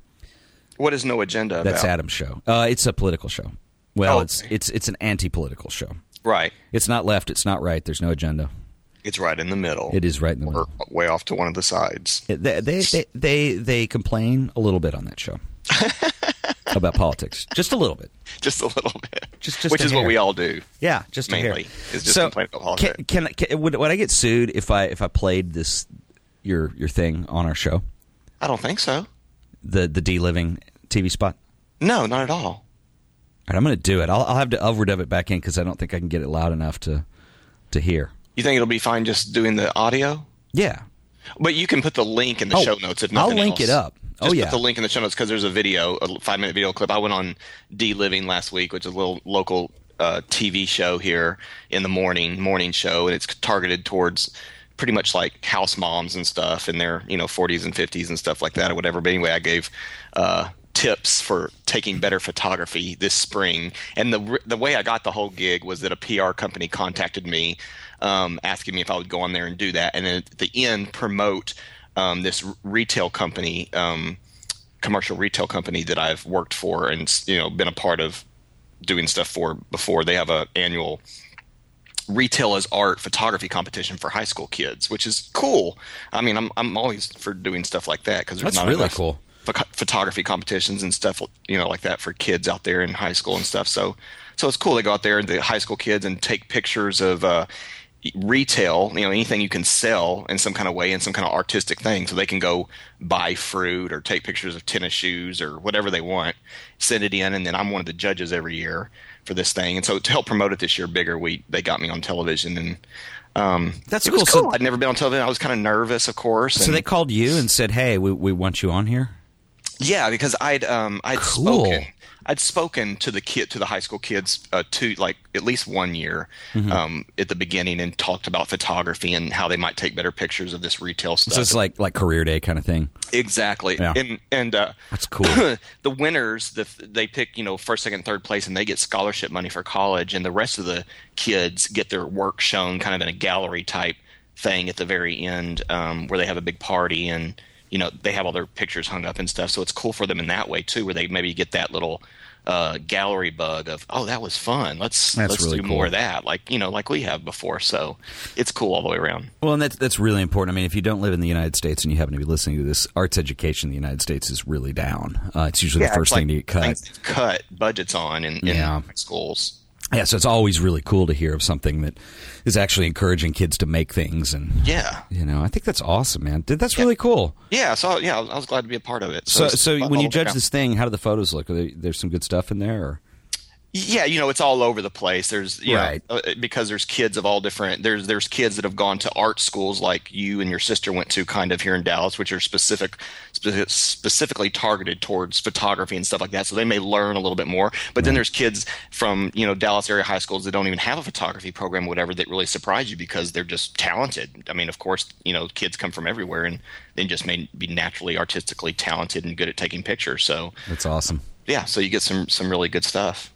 Speaker 1: What is no agenda
Speaker 3: that's
Speaker 1: about?
Speaker 3: Adam's show. Uh, it's a political show. Well,
Speaker 1: Oh,
Speaker 3: it's
Speaker 1: okay.
Speaker 3: it's it's an anti-political show.
Speaker 1: Right.
Speaker 3: It's not left. It's not right. There's no agenda.
Speaker 1: It's right in the middle.
Speaker 3: It is right in the middle.
Speaker 1: Or way off to one of the sides.
Speaker 3: They they they they, they complain a little bit on
Speaker 1: (laughs)
Speaker 3: that show about politics, just a little bit.
Speaker 1: Just a little bit.
Speaker 3: Just- just
Speaker 1: Which
Speaker 3: a
Speaker 1: is what
Speaker 3: hair.
Speaker 1: we all do.
Speaker 3: Yeah, just a hair.
Speaker 1: Mainly, it's just
Speaker 3: so
Speaker 1: complaint about
Speaker 3: can,
Speaker 1: politics.
Speaker 3: can, can would, would I get sued if I if I played this your your thing on our show
Speaker 1: I don't think so.
Speaker 3: the the D Living TV spot?
Speaker 1: No, not at all.
Speaker 3: All right, I'm going to do it. I'll, I'll have to overdub it back in because I don't think I can get it loud enough to to hear.
Speaker 1: You think it'll be fine just doing the audio?
Speaker 3: Yeah,
Speaker 1: But you can put the link in the
Speaker 3: Oh,
Speaker 1: show notes if
Speaker 3: I'll
Speaker 1: nothing
Speaker 3: link
Speaker 1: else.
Speaker 3: it up.
Speaker 1: Just
Speaker 3: Oh, yeah.
Speaker 1: put the link in the show notes because there's a video, a five minute video clip. I went on D Living last week, which is a little local uh, TV show here in the morning, morning show, and it's targeted towards pretty much like house moms and stuff in their you know 40s and 50s and stuff like that or whatever. But anyway, I gave uh, tips for taking better photography this spring, and the the way I got the whole gig was that a PR company contacted me um, asking me if I would go on there and do that, and then at the end promote um, this r- retail company. Um, commercial retail company that I've worked for and you know been a part of doing stuff for before. They have a annual retail as art photography competition for high school kids, which is cool. I mean, I'm I'm always for doing stuff like that because there's
Speaker 3: That's
Speaker 1: not
Speaker 3: really
Speaker 1: enough
Speaker 3: cool.
Speaker 1: pho- photography competitions and stuff you know like that for kids out there in high school and stuff. So so it's cool. They go out there the high school kids and take pictures of. Uh, retail you know anything you can sell in some kind of way in some kind of artistic thing so they can go buy fruit or take pictures of tennis shoes or whatever they want send it in and then i'm one of the judges every year for this thing and so to help promote it this year bigger we they got me on television and um
Speaker 3: That's
Speaker 1: it was
Speaker 3: cool. So-
Speaker 1: i'd never been on television i was kind of nervous of course
Speaker 3: So
Speaker 1: and-
Speaker 3: they called you and said, "Hey, we, we want you on here."
Speaker 1: yeah, because I'd um I'd
Speaker 3: Cool.
Speaker 1: spoken I'd spoken to the kid to the high school kids uh, to like at least one year
Speaker 3: Mm-hmm.
Speaker 1: um at the beginning and talked about photography and how they might take better pictures of this retail stuff.
Speaker 3: So it's like like career day kind of thing.
Speaker 1: exactly.
Speaker 3: Yeah.
Speaker 1: And and uh (laughs)
Speaker 3: That's cool.
Speaker 1: (coughs) the winners, the, they pick you know first, second, third place, and they get scholarship money for college, and the rest of the kids get their work shown kind of in a gallery type thing at the very end, um, where they have a big party and you know they have all their pictures hung up and stuff. So it's cool for them in that way too, where they maybe get that little uh, gallery bug of oh that was fun, let's
Speaker 3: That's
Speaker 1: let's
Speaker 3: really
Speaker 1: do more
Speaker 3: cool.
Speaker 1: of that, like you know like we have before. So it's cool all the way around.
Speaker 3: Well, and that's that's really important. I mean, if you don't live in the United States and you happen to be listening to this, arts education in the United States is really down. Uh, it's usually the
Speaker 1: it's
Speaker 3: first thing
Speaker 1: like
Speaker 3: to get cut.
Speaker 1: things cut budgets on in, in
Speaker 3: Yeah.
Speaker 1: schools.
Speaker 3: Yeah, so it's always really cool to hear of something that is actually encouraging kids to make things, and
Speaker 1: Yeah.
Speaker 3: you know, I think that's awesome, man. Dude, That's really cool.
Speaker 1: Yeah, so yeah, I was- I was glad to be a part of it.
Speaker 3: So,
Speaker 1: it's-
Speaker 3: so when you judge
Speaker 1: yeah.
Speaker 3: this thing, how do the photos look? Are they, there's some good stuff in there. Or?
Speaker 1: yeah, you know, it's all over the place. There's you
Speaker 3: Right.
Speaker 1: know, uh, because there's kids of all different. There's there's kids that have gone to art schools like you and your sister went to, kind of here in Dallas, which are specific, spe- specifically targeted towards photography and stuff like that. So they may learn a little bit more. But then there's kids from you know Dallas area high schools that don't even have a photography program, or whatever, that really surprise you because they're just talented. I mean, of course, you know, kids come from everywhere and they just may be naturally artistically talented and good at taking pictures. So
Speaker 3: That's awesome.
Speaker 1: yeah, so you get some some really good stuff.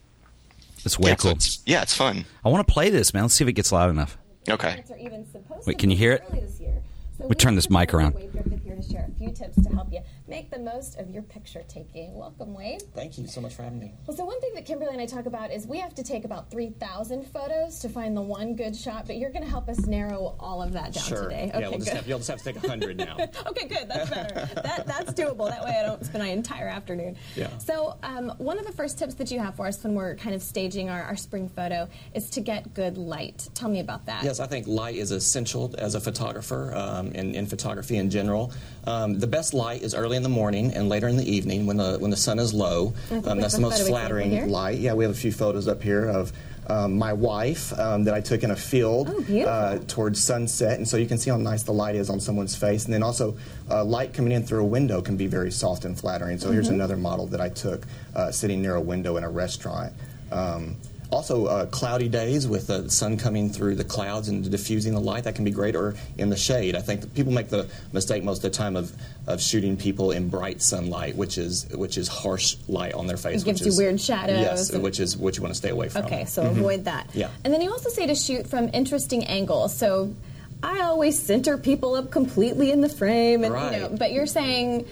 Speaker 3: That's way
Speaker 1: yeah, so
Speaker 3: cool.
Speaker 1: it's, yeah, it's fun.
Speaker 3: I want to play this, man. Let's see if it gets loud enough.
Speaker 1: Okay.
Speaker 2: Are even supposed
Speaker 3: Wait,
Speaker 2: to
Speaker 3: can you
Speaker 2: be
Speaker 3: hear it?
Speaker 2: early this year. So
Speaker 3: We turn this
Speaker 2: took a
Speaker 3: mic
Speaker 2: look at
Speaker 3: around.
Speaker 2: Wade Griffith here to share a few tips to help you make the most of your picture taking. Welcome, Wade.
Speaker 4: Thank you so much for having me.
Speaker 2: Well, so one thing that Kimberly and I talk about is we have to take about 3,000 photos to find the one good shot, but you're going to help us narrow all of that down today.
Speaker 4: yeah, we'll just
Speaker 2: good.
Speaker 4: have, you'll just have to take 100 now.
Speaker 2: (laughs) Okay, good. That's better. that, that's doable. That way I don't spend my entire afternoon.
Speaker 4: Yeah.
Speaker 2: So, um, one of the first tips that you have for us when we're kind of staging our, our spring photo is to get good light. Tell me about that.
Speaker 4: Yes, I think light is essential as a photographer um, and in photography in general. Um, the best light is early in the morning and later in the evening when the when the sun is low.
Speaker 2: think
Speaker 4: Um,
Speaker 2: we
Speaker 4: that's
Speaker 2: have
Speaker 4: the
Speaker 2: a
Speaker 4: most
Speaker 2: photo example here.
Speaker 4: flattering light. Yeah, we have a few photos up here of um, my wife um, that I took in a field
Speaker 2: Oh, beautiful.
Speaker 4: uh, towards sunset, and so you can see how nice the light is on someone's face. And then also, uh, light coming in through a window can be very soft and flattering. So here's
Speaker 2: Mm-hmm.
Speaker 4: another model that I took uh, sitting near a window in a restaurant. Um, also, uh, cloudy days with the sun coming through the clouds and diffusing the light, that can be great, or in the shade. I think that people make the mistake most of the time of, of shooting people in bright sunlight, which is which is harsh light on their face.
Speaker 2: It gives
Speaker 4: which
Speaker 2: you
Speaker 4: is,
Speaker 2: weird shadows
Speaker 4: Yes,
Speaker 2: and-
Speaker 4: which is what you want to stay away from.
Speaker 2: Okay, so avoid that.
Speaker 4: Mm-hmm. Yeah.
Speaker 2: And then you also say to shoot from interesting angles. So I always center people up completely in the frame, and you know,
Speaker 4: Right.
Speaker 2: but you're saying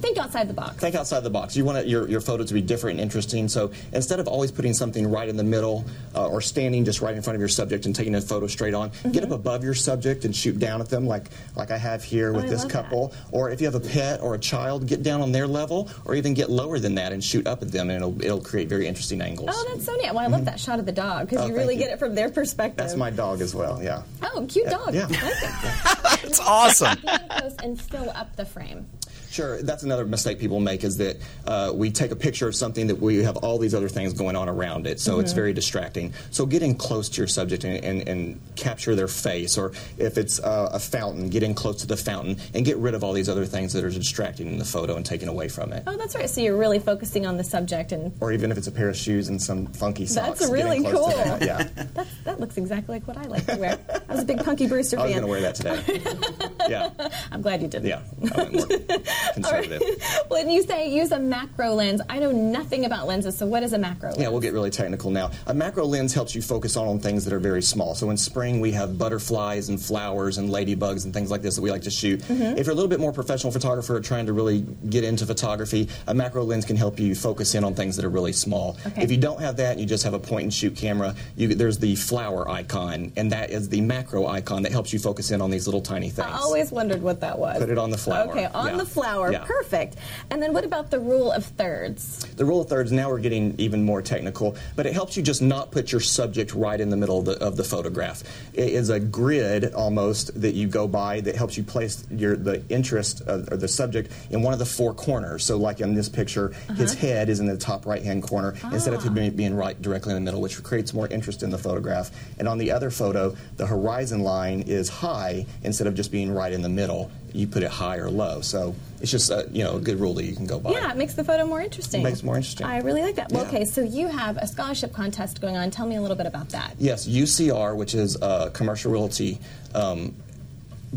Speaker 2: think outside the box.
Speaker 4: think outside the box. You want your, your photo to be different and interesting. So instead of always putting something right in the middle uh, or standing just right in front of your subject and taking a photo straight on,
Speaker 2: Mm-hmm.
Speaker 4: get up above your subject and shoot down at them like, like I have here with
Speaker 2: I
Speaker 4: this
Speaker 2: love that.
Speaker 4: couple. Or if you have a pet or a child, get down on their level or even get lower than that and shoot up at them and it'll, it'll create very interesting angles.
Speaker 2: Oh, that's so neat. Well, I love that shot of the dog because
Speaker 4: Mm-hmm. Oh,
Speaker 2: you
Speaker 4: thank
Speaker 2: really
Speaker 4: you.
Speaker 2: get it from their perspective.
Speaker 4: that's my dog as well, yeah.
Speaker 2: Oh, cute dog.
Speaker 4: yeah.
Speaker 2: Like it.
Speaker 4: (laughs)
Speaker 3: It's awesome.
Speaker 2: Get in close and fill up the frame.
Speaker 4: Sure, that's another mistake people make is that uh, we take a picture of something that we have all these other things going on around it, so
Speaker 2: Mm-hmm.
Speaker 4: it's very distracting. So get in close to your subject and, and, and capture their face, or if it's uh, a fountain, get in close to the fountain and get rid of all these other things that are distracting in the photo and taken away from it.
Speaker 2: Oh, that's right. So you're really focusing on the subject, and
Speaker 4: Or even if it's a pair of shoes and some funky socks.
Speaker 2: that's
Speaker 4: get in
Speaker 2: really
Speaker 4: close
Speaker 2: cool.
Speaker 4: To that. Yeah,
Speaker 2: That's, that looks exactly like what I like to wear. I was a big Punky Brewster
Speaker 4: I
Speaker 2: (laughs)
Speaker 4: was going
Speaker 2: fan.
Speaker 4: to wear that today. Yeah,
Speaker 2: I'm glad you did.
Speaker 4: yeah, I
Speaker 2: (laughs)
Speaker 4: went more conservative.
Speaker 2: When you say use a macro lens, I know nothing about lenses. So what is a macro lens?
Speaker 4: Yeah, we'll get really technical now. A macro lens helps you focus on, on things that are very small. So in spring, we have butterflies and flowers and ladybugs and things like this that we like to shoot.
Speaker 2: Mm-hmm.
Speaker 4: If you're a little bit more professional photographer or trying to really get into photography, a macro lens can help you focus in on things that are really small.
Speaker 2: Okay.
Speaker 4: If you don't have that and you just have a point and shoot camera, you, there's the flower icon, and that is the macro icon that helps you focus in on these little tiny things.
Speaker 2: I always wondered what that was.
Speaker 4: Put it on the flower.
Speaker 2: Okay, on
Speaker 4: Yeah.
Speaker 2: the flower.
Speaker 4: Yeah.
Speaker 2: Perfect. And then what about the rule of thirds?
Speaker 4: The rule of thirds, now we're getting even more technical, but it helps you just not put your subject right in the middle of the, of the photograph. It is a grid almost that you go by that helps you place your, the interest of, or the subject in one of the four corners. So, like in this picture, his head is in the top right hand corner instead of him being- being right directly in the middle, which creates more interest in the photograph. And on the other photo, the horizon line is high instead of just being right in the middle. You put it high or low. So, it's just a, you know, a good rule that you can go by.
Speaker 2: Yeah, it makes the photo more interesting.
Speaker 4: Makes it more interesting.
Speaker 2: I really like that. Well,
Speaker 4: Yeah.
Speaker 2: okay, so you have a scholarship contest going on. Tell me a little bit about that.
Speaker 4: Yes, UCR, which is a commercial realty um,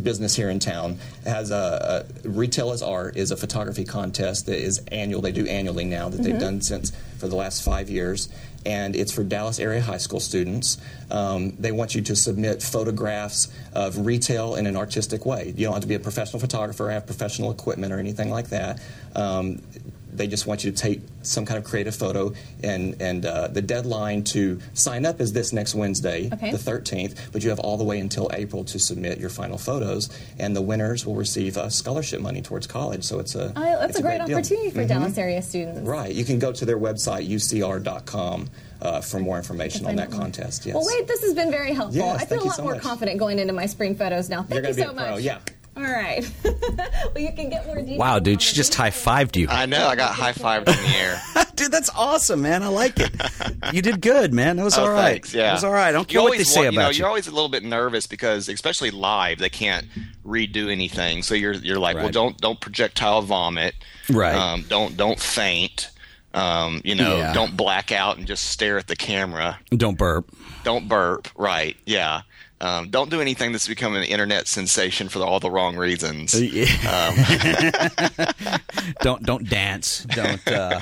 Speaker 4: business here in town, has a, a Retail as Art is a photography contest that is annual. They do annually now that they've done since for the last five years, and it's for Dallas area high school students. Um, they want you to submit photographs of retail in an artistic way. You don't have to be a professional photographer or have professional equipment or anything like that. Um, they just want you to take some kind of creative photo, and and uh, the deadline to sign up is this next Wednesday,
Speaker 2: Okay.
Speaker 4: the 13th. But you have all the way until April to submit your final photos, and the winners will receive uh, scholarship money towards college. So it's a
Speaker 2: I, Oh, Uh, that's
Speaker 4: it's
Speaker 2: a great,
Speaker 4: deal. Mm-hmm.
Speaker 2: opportunity for Dallas area students.
Speaker 4: Right, you can go to their website ucr.com uh, for more information on
Speaker 2: find
Speaker 4: that
Speaker 2: out more.
Speaker 4: contest. Yes.
Speaker 2: Well, wait, this has been very helpful.
Speaker 4: Yes,
Speaker 2: I feel
Speaker 4: thank
Speaker 2: a
Speaker 4: you
Speaker 2: lot
Speaker 4: so
Speaker 2: more
Speaker 4: much.
Speaker 2: confident going into my spring photos now. Thank
Speaker 4: You're
Speaker 2: you
Speaker 4: gonna
Speaker 2: so
Speaker 4: be a pro,
Speaker 2: much.
Speaker 4: yeah.
Speaker 2: All right. (laughs) well, you can get more details.
Speaker 3: Wow,
Speaker 2: on
Speaker 3: dude, she
Speaker 2: the
Speaker 3: just high
Speaker 2: details.
Speaker 3: fived you.
Speaker 1: I know. I got high fived in the air.
Speaker 3: Dude, (laughs) that's awesome, man. I like it. You did good, man. That was all right.
Speaker 1: Oh, Thanks, yeah.
Speaker 3: That was all right. I don't
Speaker 1: You
Speaker 3: care what
Speaker 1: always
Speaker 3: they say
Speaker 1: want- you know,
Speaker 3: about you.
Speaker 1: You're always a little bit nervous because, especially live, they can't redo anything. So you're you're like, well,
Speaker 3: Right.
Speaker 1: don't don't projectile vomit.
Speaker 3: Right.
Speaker 1: Um, don't don't faint. Um, you know,
Speaker 3: Yeah.
Speaker 1: don't black out and just stare at the camera.
Speaker 3: Don't burp.
Speaker 1: Don't burp. Right. Yeah. Um, don't do anything that's become an internet sensation for all the wrong reasons.
Speaker 3: (laughs) don't don't dance. Don't uh,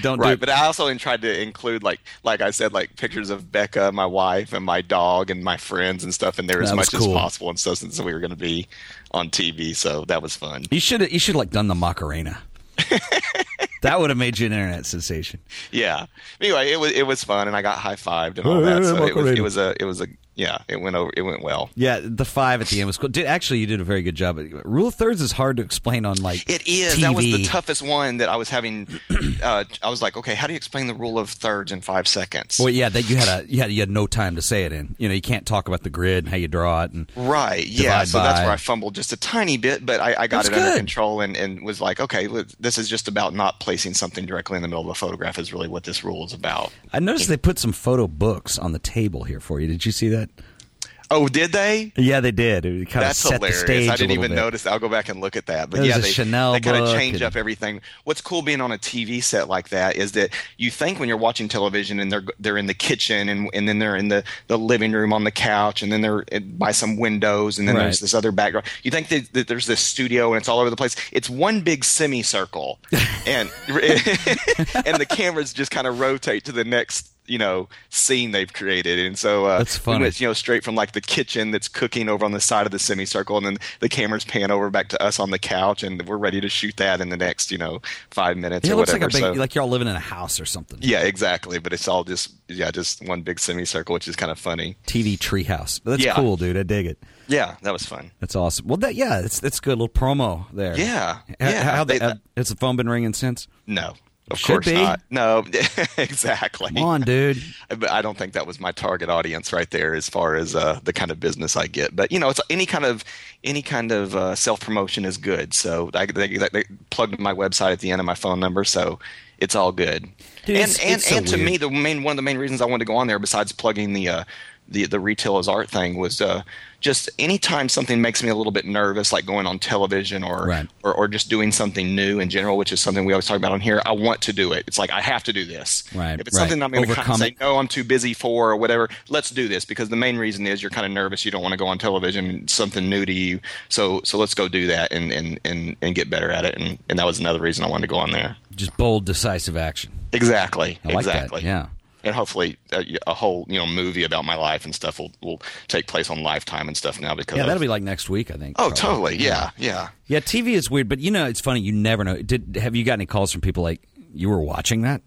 Speaker 3: don't
Speaker 1: right
Speaker 3: do.
Speaker 1: but i also in- tried to include like like i said like pictures of becca my wife and my dog and my friends and stuff in there as
Speaker 3: That was
Speaker 1: much
Speaker 3: cool.
Speaker 1: as possible and so since we were going to be on tv so that was fun
Speaker 3: you should you should like done
Speaker 1: (laughs)
Speaker 3: the Macarena. that would have made you an internet sensation.
Speaker 1: yeah anyway it was it was fun and i got high-fived and all that so it was it was a it was a yeah it went over it went well
Speaker 3: Yeah, the five at the end was cool. Dude, actually, you did a very good job. Rule of thirds is hard to explain on like
Speaker 1: It is.
Speaker 3: TV.
Speaker 1: That was the toughest one that I was having. Uh, I was like, okay, how do you explain the rule of thirds in five seconds?
Speaker 3: Well, yeah, that you had a you had, you had no time to say it in. You know, you can't talk about the grid and how you draw it. And
Speaker 1: Right. Yeah.
Speaker 3: divide
Speaker 1: So that's
Speaker 3: by.
Speaker 1: where I fumbled just a tiny bit, but I, I got
Speaker 3: That's
Speaker 1: it under
Speaker 3: good.
Speaker 1: control and, and was like, okay, look, this is just about not placing something directly in the middle of a photograph is really what this rule is about.
Speaker 3: I noticed they put some photo books on the table here for you. Did you see that?
Speaker 1: Oh, did they?
Speaker 3: Yeah, they did. It kind
Speaker 1: That's
Speaker 3: of set
Speaker 1: hilarious.
Speaker 3: the stage.
Speaker 1: I didn't
Speaker 3: a little
Speaker 1: even
Speaker 3: bit.
Speaker 1: notice. I'll go back and look at that. But
Speaker 3: There's
Speaker 1: yeah,
Speaker 3: a
Speaker 1: they,
Speaker 3: Chanel
Speaker 1: they kind of
Speaker 3: book
Speaker 1: change
Speaker 3: and-
Speaker 1: up everything. What's cool being on a TV set like that is that you think when you're watching television and they're they're in the kitchen and and then they're in the, the living room on the couch and then they're in- by some windows and then
Speaker 3: Right.
Speaker 1: there's this other background. You think that, that there's this studio and it's all over the place. It's one big
Speaker 3: (laughs)
Speaker 1: semicircle, and (laughs) and the cameras just kind of rotate to the next. You know, scene they've created, and so uh, (laughs)
Speaker 3: That's
Speaker 1: we
Speaker 3: funny.
Speaker 1: went, you know, straight from like the kitchen that's cooking over on the side of the semicircle, and then the cameras pan over back to us on the couch, and we're ready to shoot that in the next, you know, five minutes
Speaker 3: Yeah, it
Speaker 1: or
Speaker 3: looks
Speaker 1: whatever.
Speaker 3: like a big,
Speaker 1: so,
Speaker 3: like you're all living in a house or something.
Speaker 1: yeah, exactly. But it's all just yeah, just one big semicircle, which is kind of funny.
Speaker 3: TV treehouse. That's
Speaker 1: Yeah.
Speaker 3: cool, dude. I dig it.
Speaker 1: Yeah, that was fun.
Speaker 3: That's awesome. Well, that yeah, it's it's good little promo there.
Speaker 1: Yeah,
Speaker 3: H-
Speaker 1: yeah,
Speaker 3: How, they,
Speaker 1: they-
Speaker 3: uh, has the phone been ringing since?
Speaker 1: No, of
Speaker 3: Should
Speaker 1: course
Speaker 3: be.
Speaker 1: not. No, (laughs) exactly.
Speaker 3: Come on, dude.
Speaker 1: But I don't think that was my target audience right there, as far as uh, the kind of business I get. But you know, it's any kind of any kind of uh, self promotion is good. So I, they, they, plugged my website at the end of my phone number, so it's all good.
Speaker 3: Dude,
Speaker 1: and
Speaker 3: it's-
Speaker 1: and,
Speaker 3: it's so
Speaker 1: and to
Speaker 3: weird.
Speaker 1: me, the main one of the main reasons I wanted to go on there, besides plugging the uh, the the retail is art thing, was uh, just anytime something makes me a little bit nervous, like going on television or,
Speaker 3: Right.
Speaker 1: or or just doing something new in general, which is something we always talk about on here. I want to do it. It's like I have to do this.
Speaker 3: Right,
Speaker 1: If it's
Speaker 3: right.
Speaker 1: something that I'm going to kind
Speaker 3: Overcome
Speaker 1: of say
Speaker 3: it.
Speaker 1: no, I'm too busy for or whatever. Let's do this because the main reason is you're kind of nervous. You don't want to go on television. It's something new to you. So so let's go do that and and and, and get better at it. And and that was another reason I wanted to go on there.
Speaker 3: Just bold, decisive action.
Speaker 1: Exactly.
Speaker 3: I like that,
Speaker 1: exactly.
Speaker 3: yeah.
Speaker 1: And hopefully a, a whole you know movie about my life and stuff will will take place on Lifetime and stuff now because
Speaker 3: Yeah,
Speaker 1: of-
Speaker 3: that'll be like next week, I think.
Speaker 1: oh
Speaker 3: probably.
Speaker 1: totally yeah yeah.
Speaker 3: Yeah, TV is weird, but you know, it's funny. You never know. Did have you got any calls from people like you were watching that?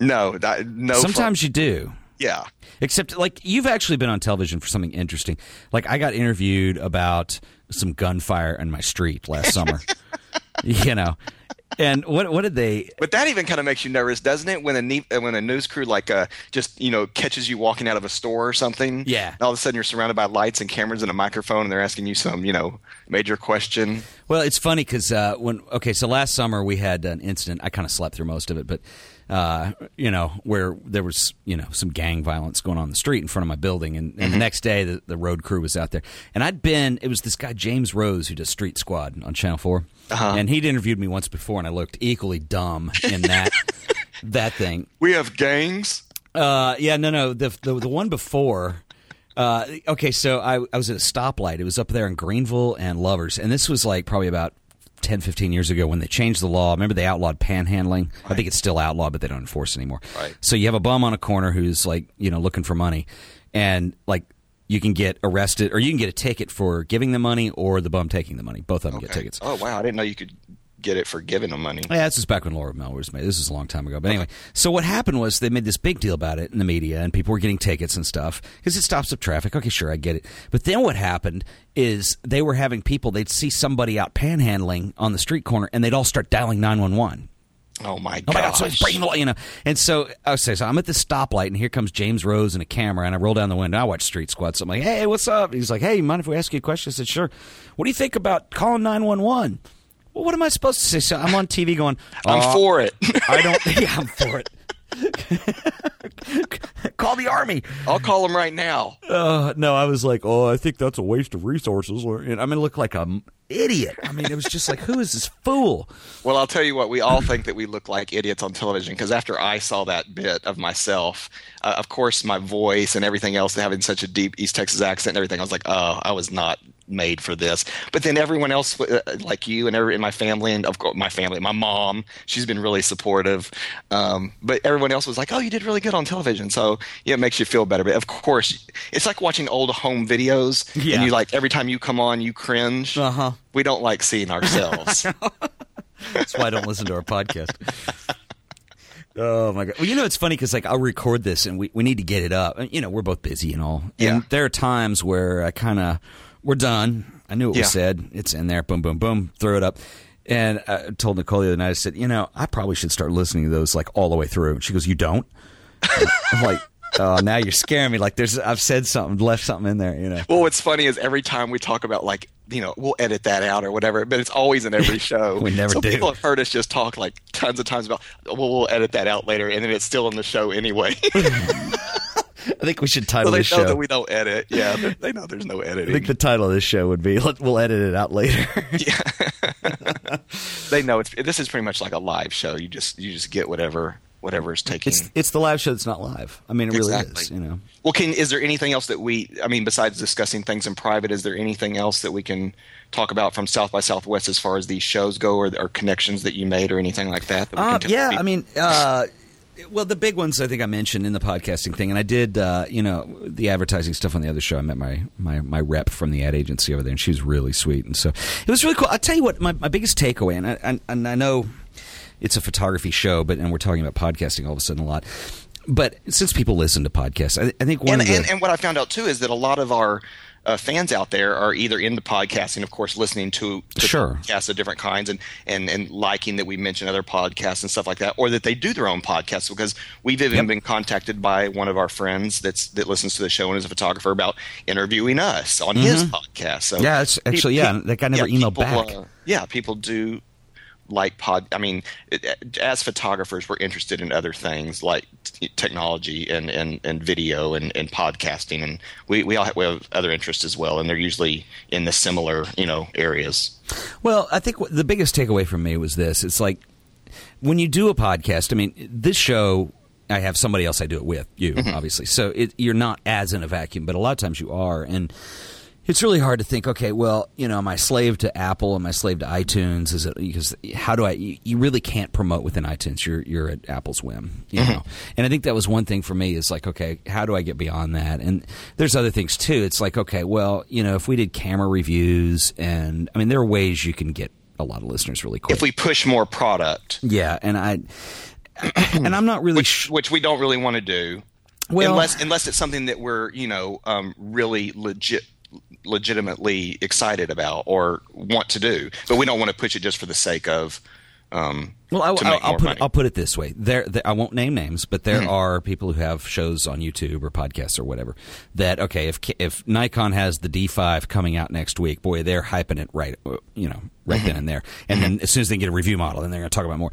Speaker 1: No, that, no.
Speaker 3: Sometimes you do.
Speaker 1: you yeah.
Speaker 3: Except, like, you've actually been on television for something interesting. Like, I got interviewed about some gunfire in my street last summer. you know, and what what did they?
Speaker 1: But that even kind of makes you nervous, doesn't it? When a ne- uh, when a news crew like uh, just you know catches you walking out of a store or something,
Speaker 3: Yeah.
Speaker 1: And all of a sudden you're surrounded by lights and cameras and a microphone, and they're asking you some you know major question.
Speaker 3: Well, it's funny because uh, when okay, so last summer we had an incident. I kind of slept through most of it, but uh, you know where there was you know some gang violence going on in the street in front of my building, and, and the next day the, the road crew was out there, and I'd been. It was this guy James Rose who does Street Squad on Channel 4 and he'd interviewed me once before, and I looked equally dumb in that that thing.
Speaker 1: We have gangs.
Speaker 3: Uh, yeah, no, no. The the, the one before. Uh, okay, so I, I was at a stoplight. It was up there in Greenville and Lovers, and this was like probably about 10, 15 years ago when they changed the law. Remember they outlawed panhandling? I think it's still outlawed, but they don't enforce it anymore.
Speaker 1: Right.
Speaker 3: So you have a bum on a corner who's like you know looking for money, and like you can get arrested or you can get a ticket for giving the money or the bum taking the money. Both of them get tickets.
Speaker 1: Oh wow, I didn't know you could get it for giving them money.
Speaker 3: Yeah, this is back when Laura Miller was made. This is a long time ago. But anyway, so what happened was they made this big deal about it in the media, and people were getting tickets and stuff because it stops up traffic. Okay, sure, I get it. But then what happened is they were having people, they'd see somebody out panhandling on the street corner, and they'd all start dialing 911.
Speaker 1: Oh my god.
Speaker 3: Oh my God! So he's breaking the law, you know. And so, I say, so I'm at this stoplight, and here comes James Rose and a camera, and I roll down the window. I watch Street Squad. So I'm like, "Hey, what's up?" He's like, "Hey, you mind if we ask you a question?" I said, "Sure." What do you think about calling 911? Well, what am I supposed to say? So I'm on TV going,
Speaker 1: I'm
Speaker 3: "Uh,
Speaker 1: for
Speaker 3: (laughs)
Speaker 1: it.
Speaker 3: I don't. Yeah, I'm for it. (laughs) Call the army.
Speaker 1: I'll call them right now.
Speaker 3: Uh, no, I was like, oh, I think that's a waste of resources. Or, and I mean, look like an idiot. I mean, it was just like, who is this fool?
Speaker 1: Well, I'll tell you what, we all think that we look like idiots on television because after I saw that bit of myself, uh, of course, my voice and everything else, having such a deep East Texas accent and everything, I was like, oh, I was not made for this. But then everyone else, uh, like you and every, in my family, and of course, my family, my mom, she's been really supportive. Um, but everyone else was like, oh, you did really good on television. So yeah, it makes you feel better. But of course, it's like watching old home videos
Speaker 3: Yeah.
Speaker 1: and you like, every time you come on, you cringe.
Speaker 3: Uh-huh.
Speaker 1: We don't like seeing
Speaker 3: (laughs)
Speaker 1: ourselves.
Speaker 3: That's why I don't listen to our podcast. Oh my god! Well, you know it's funny because like I'll record this and we, we need to get it up. And, You know we're both busy and all.
Speaker 1: Yeah.
Speaker 3: And there are times where I kind of we're done. I knew what we
Speaker 1: Yeah.
Speaker 3: said. It's in there. Boom, boom, boom. Throw it up. And I told Nicole the other night. I said, you know, I probably should start listening to those like all the way through. And she goes, you don't. (laughs) I'm like, oh, now you're scaring me. Like there's I've said something, left something in there. You know.
Speaker 1: Well, what's funny is every time we talk about like you know we'll edit that out or whatever, but it's always in
Speaker 3: (laughs)
Speaker 1: every show.
Speaker 3: We never
Speaker 1: so
Speaker 3: do.
Speaker 1: People have heard us just talk like tons of times about well we'll edit that out later, and then it's still in the show
Speaker 3: (laughs)
Speaker 1: anyway. (laughs) so
Speaker 3: I think we should title
Speaker 1: they know
Speaker 3: this show.
Speaker 1: that we don't edit.
Speaker 3: (laughs)
Speaker 1: Yeah, they- they know there's no
Speaker 3: I
Speaker 1: editing.
Speaker 3: think the title of this show would be "Let- "We'll edit it out later." (laughs)
Speaker 1: they know it's this is pretty much like a live show. You just you just get whatever whatever is taking.
Speaker 3: It's it's the live show that's not live. I mean, it really
Speaker 1: Exactly.
Speaker 3: is. You know,
Speaker 1: well, can is there anything else that we? I mean, besides discussing things in private, is there anything else that we can talk about from South by Southwest as far as these shows go, or, or connections that you made, or anything like that? that we
Speaker 3: uh,
Speaker 1: can tell
Speaker 3: yeah.
Speaker 1: people?
Speaker 3: I mean, uh, well, the big ones I think I mentioned in the podcasting thing, and I did. Uh, you know, the advertising stuff on the other show. I met my my my rep from the ad agency over there, and she was really sweet, and so it was really cool. I'll tell you what, my my biggest takeaway, and I and, and I know it's a photography show, but and we're talking about podcasting all of a sudden a lot. But since people listen to podcasts, I, I think one
Speaker 1: and,
Speaker 3: of the,
Speaker 1: and, and what I found out too is that a lot of our uh, fans out there are either into podcasting, of course, listening to, to
Speaker 3: Sure.
Speaker 1: podcasts of different kinds, and, and and liking that we mention other podcasts and stuff like that, or that they do their own podcasts. Because we've even
Speaker 3: Yep.
Speaker 1: been contacted by one of our friends that's that listens to the show and is a photographer about interviewing us
Speaker 3: Mm-hmm.
Speaker 1: on his podcast. So
Speaker 3: Yeah, it's- actually, yeah, that guy never emailed
Speaker 1: people,
Speaker 3: back.
Speaker 1: uh, yeah, people do like pod. I mean, it, uh, as photographers, we're interested in other things like t- technology and, and, and video and, and podcasting, and we we all have, we have other interests as well, and they're usually in the similar you know areas.
Speaker 3: Well, I think what, the biggest takeaway from me was this: it's like when you do a podcast. I mean, this show. I have somebody else I do it with you, obviously. So it, you're not as in a vacuum, but a lot of times you are, and it's really hard to think. Okay, well, you know, am I slave to Apple? Am I slave to iTunes? Is it because how do I? You, you really can't promote within iTunes. You're you're at Apple's whim, you know. And I think that was one thing for me is like, okay, how do I get beyond that? And there's other things too. It's like, okay, well, you know, if we did camera reviews, and I mean, there are ways you can get a lot of listeners really quick.
Speaker 1: If we push more product,
Speaker 3: yeah, and I. (clears throat) and I'm not really sh-
Speaker 1: which we don't really want to do,
Speaker 3: Well-
Speaker 1: unless unless it's something that we're you know um, really legit legitimately excited about or want to do, but we don't want to push it just for the sake of. Um,
Speaker 3: Well, I,
Speaker 1: to make
Speaker 3: will
Speaker 1: more
Speaker 3: put
Speaker 1: money. Mm-hmm.
Speaker 3: I'll put it this way: there, there I won't name names, but there are people who have shows on YouTube or podcasts or whatever that okay, if if Nikon has the D5 coming out next week, boy, they're hyping it right, uh, you know, right
Speaker 1: Mm-hmm.
Speaker 3: then and there. And then as soon as they get a review model, then they're going to talk about more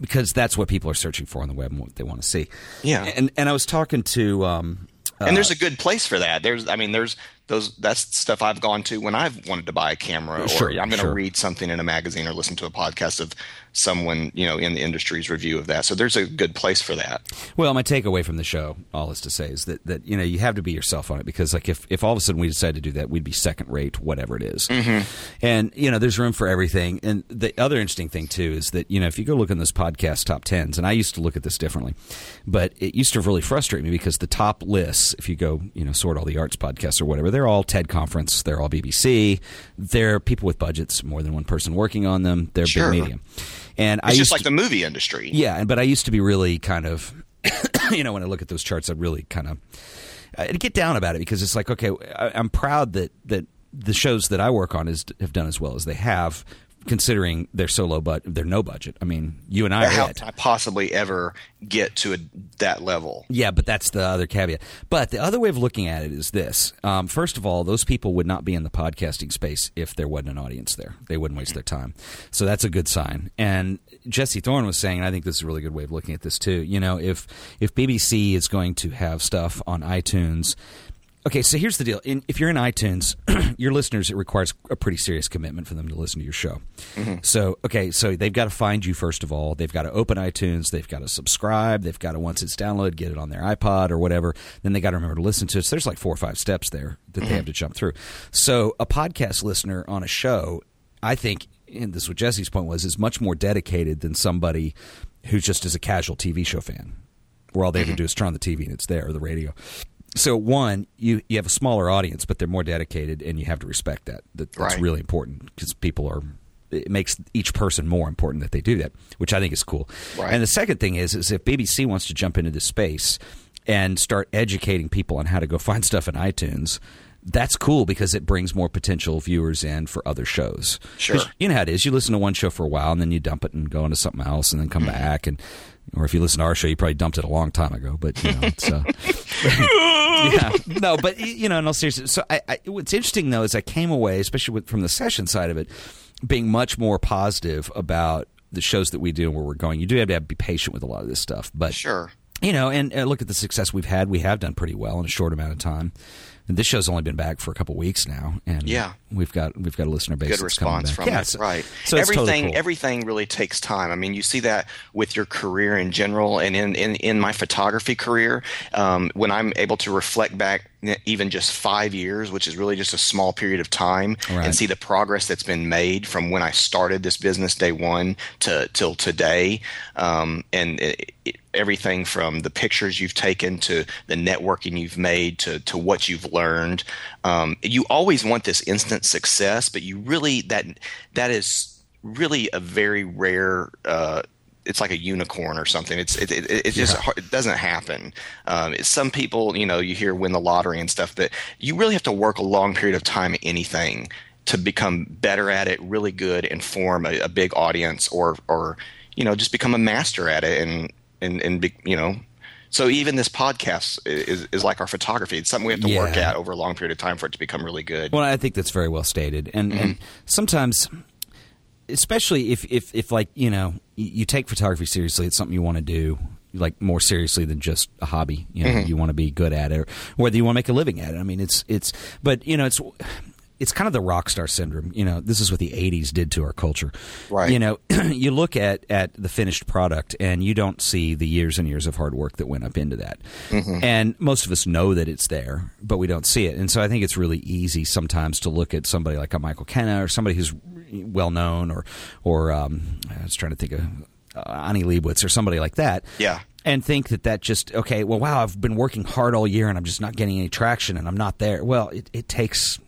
Speaker 3: because that's what people are searching for on the web and what they want to see.
Speaker 1: Yeah.
Speaker 3: and and I was talking to. Um,
Speaker 1: and there's a good place for that. There's, I mean, there's those. That's stuff I've gone to when I've wanted to buy a camera, or
Speaker 3: Sure,
Speaker 1: I'm going to
Speaker 3: sure.
Speaker 1: read something in a magazine or listen to a podcast of someone you know in the industry's review of that. So there's a good place for that.
Speaker 3: Well, my takeaway from the show, all is to say, is that, that you know you have to be yourself on it because like if, if all of a sudden we decided to do that, we'd be second rate, whatever it is.
Speaker 1: Mm-hmm.
Speaker 3: And you know, there's room for everything. And the other interesting thing too is that you know if you go look in those podcast top tens, and I used to look at this differently, but it used to really frustrate me because the top lists, if you go you know sort all the arts podcasts or whatever, they're all TED Conference, they're all BBC, they're people with budgets, more than one person working on them, they're
Speaker 1: Sure.
Speaker 3: big medium. And I
Speaker 1: It's
Speaker 3: used
Speaker 1: just
Speaker 3: to-
Speaker 1: like the movie industry.
Speaker 3: yeah, and- but I used to be really kind of, (coughs) you know, when I look at those charts, I'd really kind of I'd get down about it because it's like, okay, I, I'm proud that that the shows that I work on is have done as well as they have, considering they're so low but they're no budget. I mean, you and I are
Speaker 1: How
Speaker 3: it.
Speaker 1: can I possibly ever get to a, that level?
Speaker 3: Yeah, but that's the other caveat. But the other way of looking at it is this: um, first of all, those people would not be in the podcasting space if there wasn't an audience there. They wouldn't waste their time, so that's a good sign. And Jesse Thorne was saying, and I think this is a really good way of looking at this too. You know, if if BBC is going to have stuff on iTunes. Okay, so here's the deal. In, if you're in iTunes, (clears throat) your listeners, it requires a pretty serious commitment for them to listen to your show. So, okay, so they've got to find you first of all. They've got to open iTunes. They've got to subscribe. They've got to, once it's downloaded, get it on their iPod or whatever. Then they got to remember to listen to it. So there's like four or five steps there that they have to jump through. So a podcast listener on a show, I think, and this is what Jesse's point was, is much more dedicated than somebody who just is a casual TV show fan, where all they
Speaker 1: Mm-hmm.
Speaker 3: have to do is turn on the TV and it's there or the radio so one you you have a smaller audience but they're more dedicated and you have to respect that, that that's
Speaker 1: Right.
Speaker 3: really important because people are it makes each person more important that they do that which i think is cool
Speaker 1: Right.
Speaker 3: and the second thing is is if bbc wants to jump into this space and start educating people on how to go find stuff in itunes that's cool because it brings more potential viewers in for other shows 'Cause
Speaker 1: Sure.
Speaker 3: you know how it is. You listen to one show for a while, and then you dump it and go into something else, and then come back. And or if you listen to our show, you probably dumped it a long time ago. But you know, it's, uh, (laughs) yeah, no, but y- you know, in all seriousness. So I, I, what's interesting though is I came away, especially with, from the session side of it, being much more positive about the shows that we do and where we're going. You do have to be patient with a lot of this stuff, but
Speaker 1: Sure.
Speaker 3: you know, and, and look at the success we've had. We have done pretty well in a short amount of time. And this show's only been back for a couple weeks now, and
Speaker 1: Yeah.
Speaker 3: we've got we've got a listener base.
Speaker 1: good
Speaker 3: that's coming
Speaker 1: response
Speaker 3: back.
Speaker 1: from
Speaker 3: yeah,
Speaker 1: it.
Speaker 3: so-
Speaker 1: right.
Speaker 3: So it's
Speaker 1: everything
Speaker 3: totally cool.
Speaker 1: everything really takes time. I mean, you see that with your career in general, and in in, in my photography career, um, when I'm able to reflect back even just five years, which is really just a small period of time,
Speaker 3: Right.
Speaker 1: and see the progress that's been made from when I started this business day one to till today, um, and. It, it, Everything from the pictures you've taken to the networking you've made to, to what you've learned. Um, you always want this instant success, but you really that that is really a very rare. Uh, it's like a unicorn or something. It's it, it, it just hard, it doesn't happen. Um, it's some people, you know, you hear win the lottery and stuff, but you really have to work a long period of time at anything to become better at it, really good, and form a, a big audience, or or you know, just become a master at it, and and and be, you know. So even this podcast i- is, is like our photography. It's something we have to work
Speaker 3: Yeah.
Speaker 1: at over a long period of time for it to become really good. Mm-hmm.
Speaker 3: Well, I think that's very well stated, and, and sometimes especially if if if like you know you, you take photography seriously, it's something you want to do like more seriously than just a hobby. You
Speaker 1: Mm-hmm.
Speaker 3: know, you want to be good at it, or whether you want to make a living at it. I mean, it's it's but you know it's. It's kind of the rock star syndrome, you know. This is what the '80s did to our culture,
Speaker 1: Right.
Speaker 3: You know, (clears throat) you look at at the finished product, and you don't see the years and years of hard work that went up into that.
Speaker 1: Mm-hmm.
Speaker 3: And most of us know that it's there, but we don't see it. And so I think it's really easy sometimes to look at somebody like a Michael Kenna or somebody who's well known, or or um, I was trying to think of uh, Annie Leibovitz or somebody like that.
Speaker 1: Yeah.
Speaker 3: And think that that just okay. Well, wow, I've been working hard all year, and I'm just not getting any traction, and I'm not there. Well, it, it takes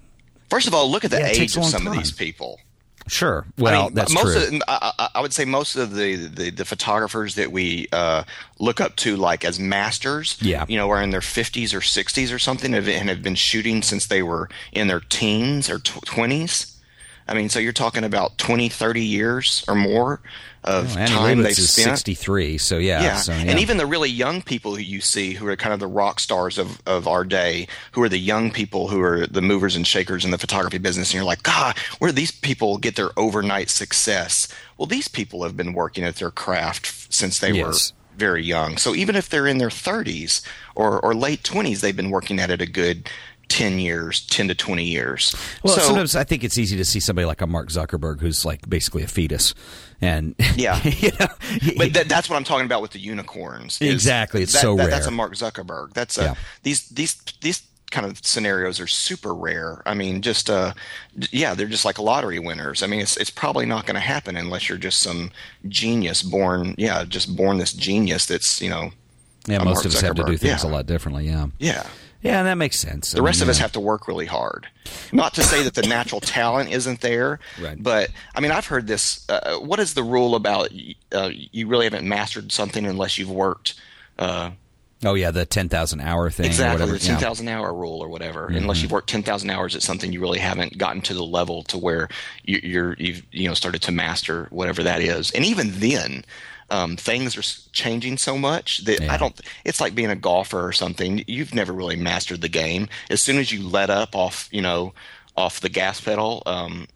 Speaker 1: First of all, look at the
Speaker 3: Yeah, it takes
Speaker 1: age
Speaker 3: a
Speaker 1: of
Speaker 3: long
Speaker 1: some of
Speaker 3: time.
Speaker 1: these people.
Speaker 3: sure. Well,
Speaker 1: I mean,
Speaker 3: that's
Speaker 1: most
Speaker 3: true.
Speaker 1: Of, I, I- I would say most of the, the, the photographers that we uh, look up to, like as masters,
Speaker 3: Yeah.
Speaker 1: you know, are in their fifties or sixties or something, and and have been shooting since they were in their teens or twenties. I mean, so you're talking about 20, 30 years or more of
Speaker 3: Annie
Speaker 1: time they
Speaker 3: Leibovitz is
Speaker 1: spent.
Speaker 3: 63, so yeah,
Speaker 1: Yeah.
Speaker 3: so,
Speaker 1: and even the really young people who you see, who are kind of the rock stars of, of our day, who are the young people who are the movers and shakers in the photography business, and you're like, God, where do these people get their overnight success? Well, these people have been working at their craft f- since they
Speaker 3: Yes.
Speaker 1: were very young. So even if they're in their 30s or, or late 20s, they've been working at it a good 10 years, 10 to 20 years.
Speaker 3: Well,
Speaker 1: so,
Speaker 3: sometimes I think it's easy to see somebody like a Mark Zuckerberg who's like basically a fetus, and (laughs)
Speaker 1: Yeah.
Speaker 3: you know, he-
Speaker 1: But that, that's what I'm talking about with the unicorns. is
Speaker 3: Exactly. It's
Speaker 1: that-
Speaker 3: so
Speaker 1: that-
Speaker 3: rare.
Speaker 1: That's a Mark Zuckerberg. That's a
Speaker 3: Yeah.
Speaker 1: these these these kind of scenarios are super rare. I mean, just uh, d- yeah, they're just like lottery winners. I mean, it's it's probably not going to happen unless you're just some genius born. Yeah, just born this genius. That's you know.
Speaker 3: yeah,
Speaker 1: a
Speaker 3: most
Speaker 1: Mark
Speaker 3: of us have to do
Speaker 1: Zuckerberg,
Speaker 3: things
Speaker 1: yeah.
Speaker 3: a lot differently. Yeah,
Speaker 1: Yeah.
Speaker 3: yeah, and that makes sense. uh,
Speaker 1: The rest of us have to work really hard. Not to say that the natural talent isn't there,
Speaker 3: Right.
Speaker 1: but I mean, I've heard this. Uh, what is the rule about uh, you really haven't mastered something unless you've worked? Uh,
Speaker 3: Oh yeah, the ten thousand hour thing.
Speaker 1: Exactly,
Speaker 3: Or whatever.
Speaker 1: the
Speaker 3: yeah. Mm-hmm.
Speaker 1: 10,000 hour rule or whatever. Unless you've worked 10,000 hours at something, you really haven't gotten to the level to where you, you're you've you know started to master whatever that is. And even then, um, things are s- changing so much that
Speaker 3: Yeah.
Speaker 1: I don't. It's like being a golfer or something. You've never really mastered the game. As soon as you let up off you know off the gas pedal, um,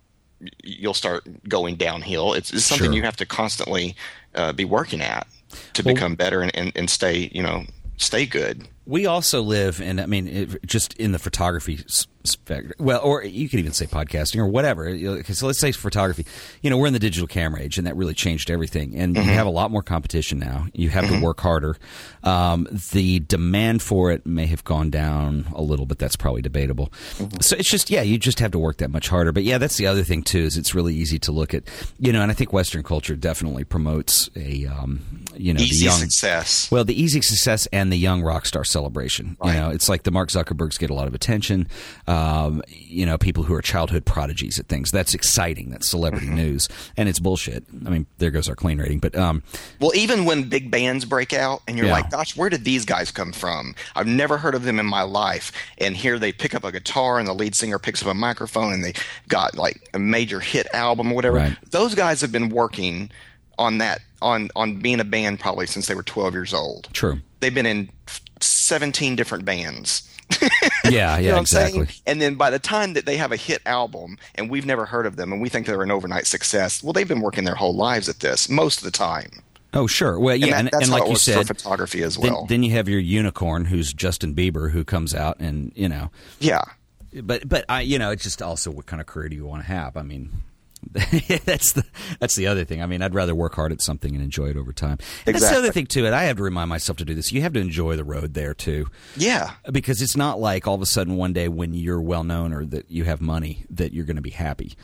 Speaker 1: y- you'll start going downhill. It's, it's something
Speaker 3: Sure.
Speaker 1: you have to constantly uh, be working at to become better and, and, and stay you know stay good.
Speaker 3: we also live in i mean it, just in the photography s- spectrum well or you could even say podcasting or whatever because let's say photography you know we're in the digital camera age and that really changed everything and
Speaker 1: Mm-hmm.
Speaker 3: you have a lot more competition now you have to work harder um, the demand for it may have gone down a little but that's probably debatable
Speaker 1: Mm-hmm.
Speaker 3: so it's just yeah you just have to work that much harder but yeah that's the other thing too is it's really easy to look at you know and i think western culture definitely promotes a um, you know the
Speaker 1: easy
Speaker 3: young
Speaker 1: success.
Speaker 3: well, the easy success and the young rock star celebration. You know, it's like the Mark Zuckerbergs get a lot of attention. Um, you know, people who are childhood prodigies at things. That's exciting. That's celebrity
Speaker 1: Mm-hmm.
Speaker 3: news, and it's bullshit. I mean, there goes our clean rating. But um,
Speaker 1: Well, even when big bands break out, and you're
Speaker 3: Yeah.
Speaker 1: like, "Gosh, where did these guys come from? I've never heard of them in my life." And here they pick up a guitar, and the lead singer picks up a microphone, and they got like a major hit album or whatever.
Speaker 3: Right.
Speaker 1: Those guys have been working on that on on being a band probably since they were 12 years old.
Speaker 3: True.
Speaker 1: They've been in 17 different bands. (laughs)
Speaker 3: yeah, yeah,
Speaker 1: You know what I'm
Speaker 3: exactly.
Speaker 1: saying? And then by the time that they have a hit album and we've never heard of them and we think they're an overnight success, well, they've been working their whole lives at this most of the time.
Speaker 3: Oh, sure. Well, yeah,
Speaker 1: that-
Speaker 3: and,
Speaker 1: that's
Speaker 3: and
Speaker 1: how
Speaker 3: like
Speaker 1: it
Speaker 3: you
Speaker 1: works for
Speaker 3: said,
Speaker 1: photography as
Speaker 3: then-
Speaker 1: well.
Speaker 3: Then, you have your unicorn, who's Justin Bieber, who comes out and you know,
Speaker 1: Yeah.
Speaker 3: but but I, you know, it's just also what kind of career do you want to have? I mean. (laughs) that's the that's the other thing. I mean, I'd rather work hard at something and enjoy it over time. And That's the other
Speaker 1: Exactly.
Speaker 3: thing too. And I have to remind myself to do this. You have to enjoy the road there too,
Speaker 1: Yeah.
Speaker 3: because it's not like all of a sudden one day when you're well known or that you have money that you're going to be happy.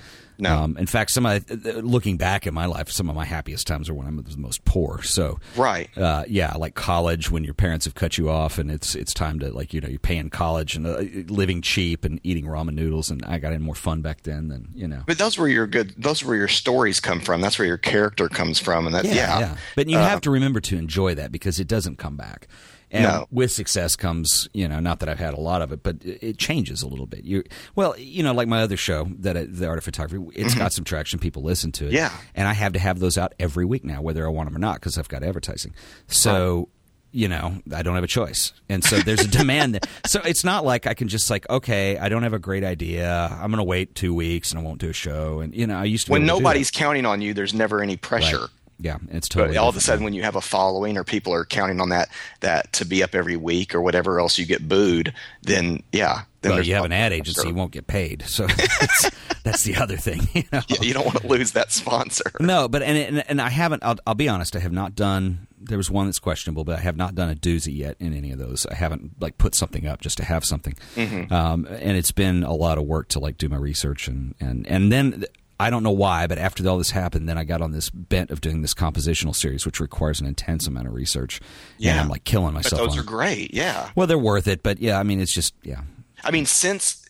Speaker 3: Um,
Speaker 1: No.
Speaker 3: in fact, some of my- looking back at my life, some of my happiest times are when I'm the most poor. So
Speaker 1: Right.
Speaker 3: uh, yeah, like college when your parents have cut you off and it's it's time to like you know you're paying college and uh, living cheap and eating ramen noodles and I got in more fun back then than you know.
Speaker 1: But those were your good, those were your stories come from. That's where your character comes from. And that, yeah. Uh,
Speaker 3: But you have to remember to enjoy that because it doesn't come back. And
Speaker 1: No.
Speaker 3: with success comes, you know, not that I've had a lot of it, but it it changes a little bit. You, well, you know, like my other show that I, the art of photography, it's got some traction. People listen to it,
Speaker 1: Mm-hmm. Yeah.
Speaker 3: And I have to have those out every week now, whether I want them or not, because I've got advertising. So you know, I don't have a choice. And so there's a
Speaker 1: (laughs)
Speaker 3: demand. that- so it's not like I can just like, okay, I don't have a great idea. I'm going to wait two weeks and I won't do a show. And, you know, I used to. be
Speaker 1: When
Speaker 3: able to do that.
Speaker 1: nobody's counting on you, there's never any pressure.
Speaker 3: Yeah. and It's
Speaker 1: But
Speaker 3: totally.
Speaker 1: all of a
Speaker 3: different.
Speaker 1: sudden, when you have a following or people are counting on that that to be up every week or whatever else, you get booed. Then yeah, then
Speaker 3: well,
Speaker 1: there's
Speaker 3: you have an ad
Speaker 1: pressure.
Speaker 3: agency, you won't get paid. So (laughs) that's, that's the other thing. (laughs) You know?
Speaker 1: Yeah, (laughs) you don't want to lose that (laughs) sponsor.
Speaker 3: No, but and, and and I haven't. I'll, I'll be honest. I have not done. There was one that's questionable, but I have not done a doozy yet in any of those. I haven't like put something up just to have something.
Speaker 1: Mm-hmm.
Speaker 3: Um, and it's been a lot of work to like do my research and and and then th- I don't know why, but after all this happened, then I got on this bent of doing this compositional series, which requires an intense amount of research. and
Speaker 1: Yeah.
Speaker 3: I'm like killing
Speaker 1: But
Speaker 3: myself.
Speaker 1: those
Speaker 3: on
Speaker 1: are
Speaker 3: it.
Speaker 1: great. Yeah.
Speaker 3: Well, they're worth it, but yeah, I mean, it's just yeah.
Speaker 1: I mean, since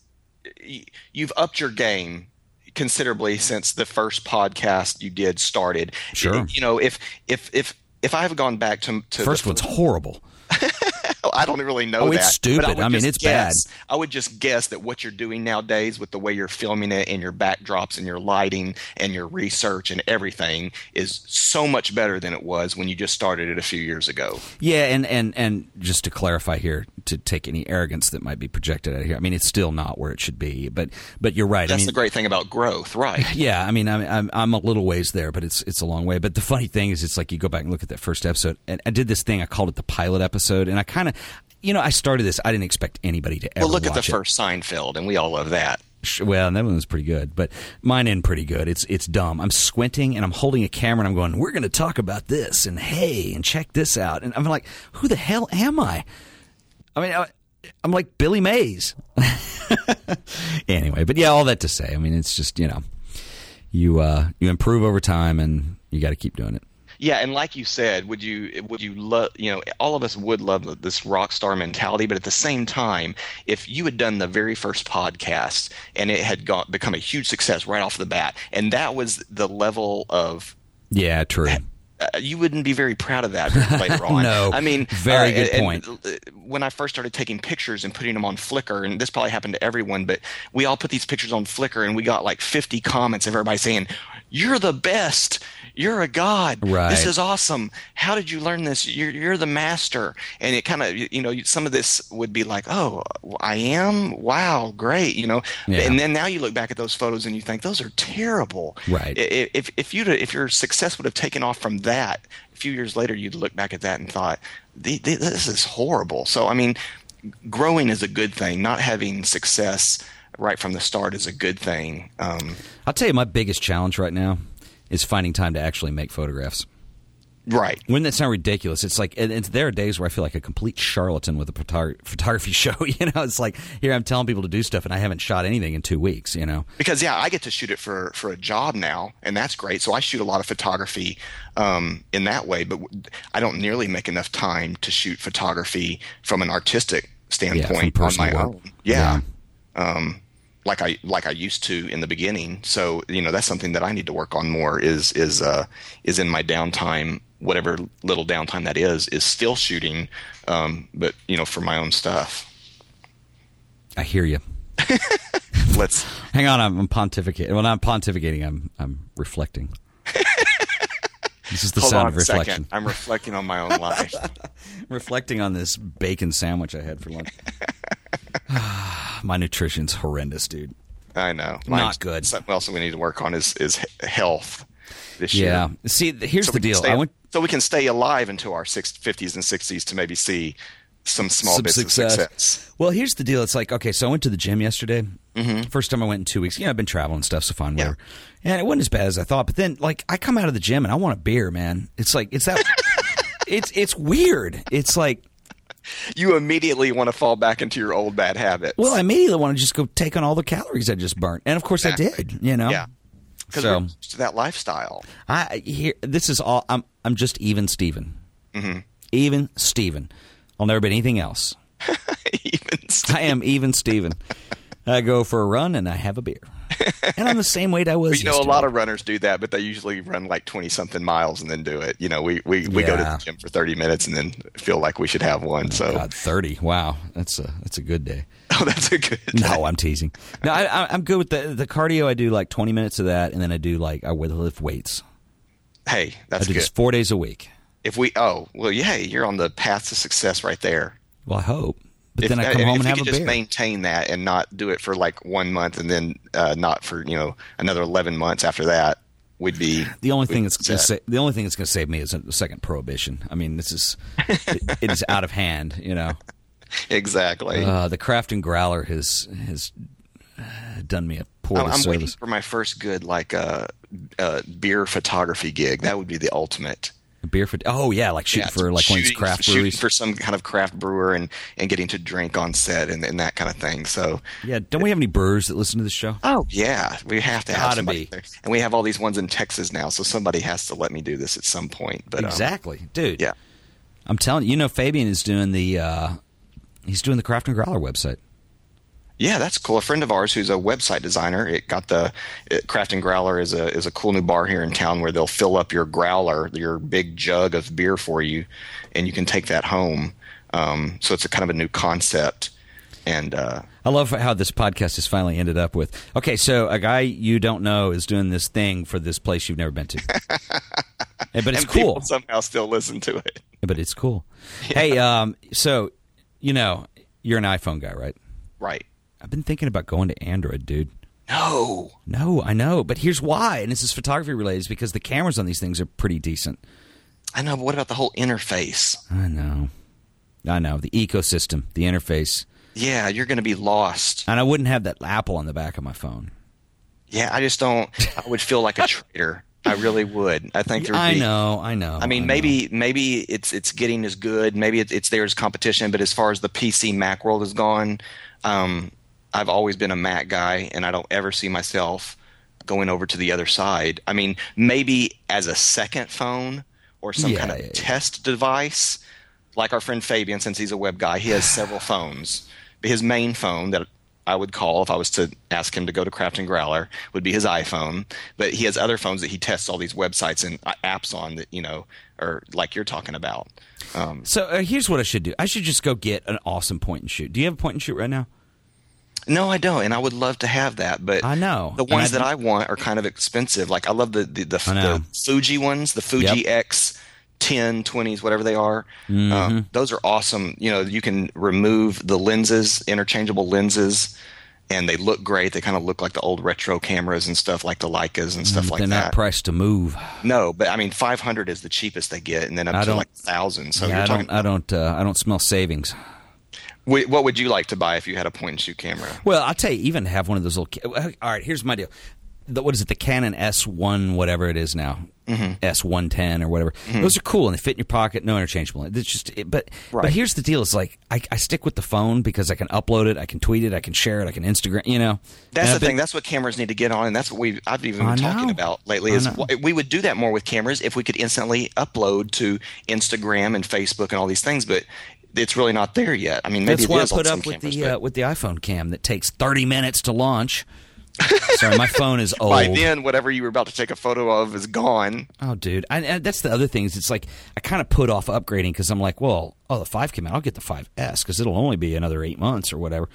Speaker 1: y- you've upped your game considerably since the first podcast you did started.
Speaker 3: Sure.
Speaker 1: You know, if if if if I have gone back to, to the
Speaker 3: First one's horrible.
Speaker 1: I don't really know
Speaker 3: Oh,
Speaker 1: that.
Speaker 3: it's stupid.
Speaker 1: would
Speaker 3: I mean,
Speaker 1: just
Speaker 3: it's
Speaker 1: guess- I would just guess that what you're doing nowadays with the way you're filming it and your backdrops and your lighting and your research and everything is so much better than it was when you just started it a few years ago.
Speaker 3: Yeah, and, and, and just to clarify here, to take any arrogance that might be projected out of here, I mean it's still not where it should be, but but you're right.
Speaker 1: That's
Speaker 3: I mean,
Speaker 1: the great thing about growth, right?
Speaker 3: (laughs) yeah, I mean I'm, I'm I'm a little ways there, but it's it's a long way. But the funny thing is, it's like you go back and look at that first episode, and I did this thing I called it the pilot episode, and I kind of, you know, I started this. I didn't expect anybody to ever
Speaker 1: well, look at the
Speaker 3: watch it.
Speaker 1: first Seinfeld, and we all love that.
Speaker 3: Sh- Well, and that one was pretty good, but mine in pretty good. It's it's dumb. I'm squinting and I'm holding a camera and I'm going, "We're going to talk about this and hey and check this out." And I'm like, "Who the hell am I?" I mean, I, I'm like Billy Mays. (laughs) anyway, but yeah, all that to say, I mean, it's just you know, you uh, you improve over time and you got to keep doing it.
Speaker 1: Yeah, and like you said, would you would you love you know all of us would love this rock star mentality, but at the same time, if you had done the very first podcast and it had gone become a huge success right off the bat, and that was the level of
Speaker 3: Yeah, true.
Speaker 1: uh, you wouldn't be very proud of that
Speaker 3: (laughs)
Speaker 1: later on.
Speaker 3: No.
Speaker 1: I mean,
Speaker 3: Very
Speaker 1: uh,
Speaker 3: good
Speaker 1: and-
Speaker 3: point.
Speaker 1: and, uh, When I first started taking pictures and putting them on Flickr, and this probably happened to everyone, but we all put these pictures on Flickr, and we got like 50 comments of everybody saying, "You're the best. You're a god.
Speaker 3: Right.
Speaker 1: This is awesome. How did you learn this? You're, you're the master." And it kind of, you you know, you- some of this would be like, "Oh, I am. Wow, great." You know,
Speaker 3: Yeah.
Speaker 1: and then now you look back at those photos and you think those are terrible.
Speaker 3: Right.
Speaker 1: I- i- if if you if your success would have taken off from that a few years later, you'd look back at that and thought, "The- the- "This is horrible." So, I mean, growing is a good thing. Not having success right from the start is a good thing. Um,
Speaker 3: I'll tell you, my biggest challenge right now is finding time to actually make photographs.
Speaker 1: right?
Speaker 3: Wouldn't that sound ridiculous? It's like, and, and there are days where I feel like a complete charlatan with a photar- photography (laughs) show. You know, it's like here I'm telling people to do stuff, and I haven't shot anything in two weeks. You know,
Speaker 1: Because yeah, I get to shoot it for for a job now, and that's great. So I shoot a lot of photography um, in that way, but w- I don't nearly make enough time to shoot photography from an artistic standpoint on
Speaker 3: personal
Speaker 1: my
Speaker 3: work.
Speaker 1: own. yeah. Um, like I like I used to in the beginning. So you know that's something that I need to work on more. Is is uh is in my downtime, whatever little downtime that is, is still shooting, um, but you know for my own stuff.
Speaker 3: I hear you.
Speaker 1: Let's
Speaker 3: Hang on, I'm, I'm pontificating. Well, not pontificating. I'm I'm
Speaker 1: (laughs)
Speaker 3: reflecting. this is the
Speaker 1: hold
Speaker 3: sound
Speaker 1: on
Speaker 3: of
Speaker 1: a
Speaker 3: reflection.
Speaker 1: second. I'm reflecting on my
Speaker 3: (laughs)
Speaker 1: own life.
Speaker 3: reflecting on this bacon sandwich I had
Speaker 1: (laughs)
Speaker 3: for lunch. Ah, my nutrition's horrendous, dude.
Speaker 1: I know,
Speaker 3: Not good.
Speaker 1: Something else that we need to work on is is he- health this
Speaker 3: Yeah.
Speaker 1: year.
Speaker 3: See, th- here's
Speaker 1: So
Speaker 3: the
Speaker 1: we can
Speaker 3: deal.
Speaker 1: stay-
Speaker 3: I went.
Speaker 1: so we can stay alive into our six, 50s and 60s to maybe see some small
Speaker 3: some
Speaker 1: bits
Speaker 3: success.
Speaker 1: of success. Mm-hmm.
Speaker 3: Well, here's the deal. It's like okay, so I went to the gym yesterday. First time I went in two weeks. You know, I've been traveling and stuff, so fine, whatever. And it wasn't as bad as I thought. But then, like, I come out of the gym and I want a beer, man. It's like it's
Speaker 1: (laughs)
Speaker 3: that. it's it's weird. It's like
Speaker 1: You immediately want to fall back into your old bad habits.
Speaker 3: well, I immediately want to just go take on all the calories I just burnt, and of course I did. You know,
Speaker 1: Yeah. Because
Speaker 3: um, So
Speaker 1: we're used to that lifestyle. (laughs)
Speaker 3: I here this is all. I'm I'm just even Steven.
Speaker 1: Mm-hmm.
Speaker 3: Even Steven. I'll never be anything else.
Speaker 1: Even st-
Speaker 3: (laughs) I am even Steven. I go for a run and I have a beer. And I'm the same weight I was.
Speaker 1: you know, a
Speaker 3: yesterday.
Speaker 1: lot of runners do that, but they usually run like twenty something miles and then do it. You know, we we, we go to
Speaker 3: Yeah.
Speaker 1: the gym for thirty minutes and then feel like we should have one. so
Speaker 3: God, thirty. Wow, that's a that's a good day.
Speaker 1: (laughs) oh, that's a good.
Speaker 3: No, I'm teasing. No, I, I, I'm good with the the cardio. I do like 20 minutes of that, and then I do like I would lift weights.
Speaker 1: Hey,
Speaker 3: I
Speaker 1: that's
Speaker 3: do this
Speaker 1: good.
Speaker 3: four days a week.
Speaker 1: if we oh well yeah you're on the path to success right there
Speaker 3: Well, I hope. But
Speaker 1: if,
Speaker 3: then I come
Speaker 1: if
Speaker 3: home
Speaker 1: we
Speaker 3: and have
Speaker 1: could
Speaker 3: a
Speaker 1: just
Speaker 3: beer.
Speaker 1: maintain that and not do it for like one month and then uh, not for you know another 11 months after that would
Speaker 3: (laughs)
Speaker 1: be
Speaker 3: the only
Speaker 1: we'd
Speaker 3: thing that's
Speaker 1: be
Speaker 3: gonna
Speaker 1: set.
Speaker 3: sa- the only thing that's going to save me is a second prohibition. I mean, this is it, it is out of hand. You
Speaker 1: (laughs)
Speaker 3: know,
Speaker 1: exactly
Speaker 3: uh, the Craft and Growler has has uh, done me a poor
Speaker 1: I'm, I'm waiting
Speaker 3: disservice.
Speaker 1: for my first good like uh, uh, beer photography gig that would be the ultimate
Speaker 3: Beer for oh yeah, like shooting
Speaker 1: Yeah,
Speaker 3: for like one of these
Speaker 1: shooting-
Speaker 3: craft
Speaker 1: shooting
Speaker 3: breweries.
Speaker 1: for some kind of craft brewer and, and getting to drink on set and, and that kind of thing so
Speaker 3: yeah, don't we have any brewers that listen to this show?
Speaker 1: Oh yeah, we have to have
Speaker 3: Gotta
Speaker 1: somebody
Speaker 3: be.
Speaker 1: there. and we have all these ones in Texas now, so somebody has to let me do this at some point. But um,
Speaker 3: exactly, dude.
Speaker 1: yeah,
Speaker 3: I'm telling you, you know, Fabian is doing the uh, he's doing the Craft and Growler website.
Speaker 1: yeah, that's cool. A friend of ours who's a website designer, it got the it, Craft and Growler is a is a cool new bar here in town where they'll fill up your growler, your big jug of beer for you, and you can take that home. Um, so it's a kind of a new concept, and uh,
Speaker 3: I love how this podcast has finally ended up with. Okay, so a guy you don't know is doing this thing for this place you've never been
Speaker 1: (laughs)
Speaker 3: to. Yeah, but it's
Speaker 1: and
Speaker 3: cool.
Speaker 1: people somehow still listen to it.
Speaker 3: but it's cool. Hey, um, so you know you're an iPhone guy, right?
Speaker 1: Right?
Speaker 3: I've been thinking about going to Android, dude.
Speaker 1: No,
Speaker 3: No, I know, but here's why, and this is photography related, is because the cameras on these things are pretty decent.
Speaker 1: I know. But what about the whole interface?
Speaker 3: I know, I know the ecosystem, the interface,
Speaker 1: Yeah, you're going to be lost.
Speaker 3: and I wouldn't have that Apple on the back of my phone.
Speaker 1: Yeah, I just don't. I would feel
Speaker 3: (laughs)
Speaker 1: like a traitor. I really would. I think there would
Speaker 3: I
Speaker 1: be.
Speaker 3: know, I know.
Speaker 1: I mean,
Speaker 3: know.
Speaker 1: maybe maybe it's it's getting as good. Maybe it, it's there as competition. But as far as the PC Mac world is gone, um, I've always been a Mac guy, and I don't ever see myself going over to the other side. I mean, maybe as a second phone or some
Speaker 3: Yeah,
Speaker 1: kind of
Speaker 3: yeah, yeah.
Speaker 1: test device. Like our friend Fabian, since he's a web guy,
Speaker 3: (sighs)
Speaker 1: he has several phones. His main phone that I would call if I was to ask him to go to Craft and Growler would be his iPhone. But he has other phones that he tests all these websites and uh, apps on that you know, or like you're talking about. Um,
Speaker 3: So uh, here's what I should do. I should just go get an awesome point and shoot. Do you have a point and shoot right now?
Speaker 1: no, I don't, and I would love to have that, but
Speaker 3: I know.
Speaker 1: the
Speaker 3: And
Speaker 1: ones
Speaker 3: I-
Speaker 1: that I want are kind of expensive. Like I love the the, the,
Speaker 3: I know.
Speaker 1: the Fuji ones, the Fuji
Speaker 3: Yep.
Speaker 1: X. 10 20s whatever they are
Speaker 3: Mm-hmm.
Speaker 1: um, those are awesome you know you can remove the lenses interchangeable lenses and they look great they kind of look like the old retro cameras and stuff like the leicas and stuff like
Speaker 3: Mm, They're
Speaker 1: that Oh,
Speaker 3: not priced to move.
Speaker 1: No, but I mean, 500 is the cheapest they get, and then up
Speaker 3: I
Speaker 1: to
Speaker 3: don't-
Speaker 1: like 1,000. So
Speaker 3: Yeah,
Speaker 1: you're
Speaker 3: I
Speaker 1: talking.
Speaker 3: don't. I don't. Uh, I don't smell savings.
Speaker 1: Wh- what would you like to buy if you had a point and shoot camera?
Speaker 3: Well, I'll tell you. Even have one of those little. ca- uh, All right. Here's my deal. The, what is it? The Canon S1, whatever it is now,
Speaker 1: Mm-hmm.
Speaker 3: S110 or whatever. Those are cool and they fit in your pocket. No interchangeable. It's just. It, but but
Speaker 1: Right.
Speaker 3: here's the deal. It's like I, I stick with the phone because I can upload it, I can tweet it, I can share it, I can Instagram. You know.
Speaker 1: That's
Speaker 3: And
Speaker 1: the
Speaker 3: I've been-
Speaker 1: thing. That's what cameras need to get on, and that's what we have I've even
Speaker 3: I
Speaker 1: been talking
Speaker 3: know.
Speaker 1: about lately.
Speaker 3: I
Speaker 1: Is
Speaker 3: know.
Speaker 1: wh- we would do that more with cameras if we could instantly upload to Instagram and Facebook and all these things, but it's really not there yet. I mean, maybe
Speaker 3: That's
Speaker 1: it
Speaker 3: why I
Speaker 1: is on
Speaker 3: put
Speaker 1: some
Speaker 3: up with
Speaker 1: cameras,
Speaker 3: the
Speaker 1: but
Speaker 3: uh, with the iPhone cam that takes 30 minutes
Speaker 1: (laughs)
Speaker 3: to launch. Sorry, my phone is old.
Speaker 1: by then, whatever you were about to take a photo of is gone.
Speaker 3: Oh, dude, I, and that's the other thing is it's like I kind of put off upgrading because I'm like, well, oh, the five came out, I'll get the 5S because it'll only be another eight months or whatever.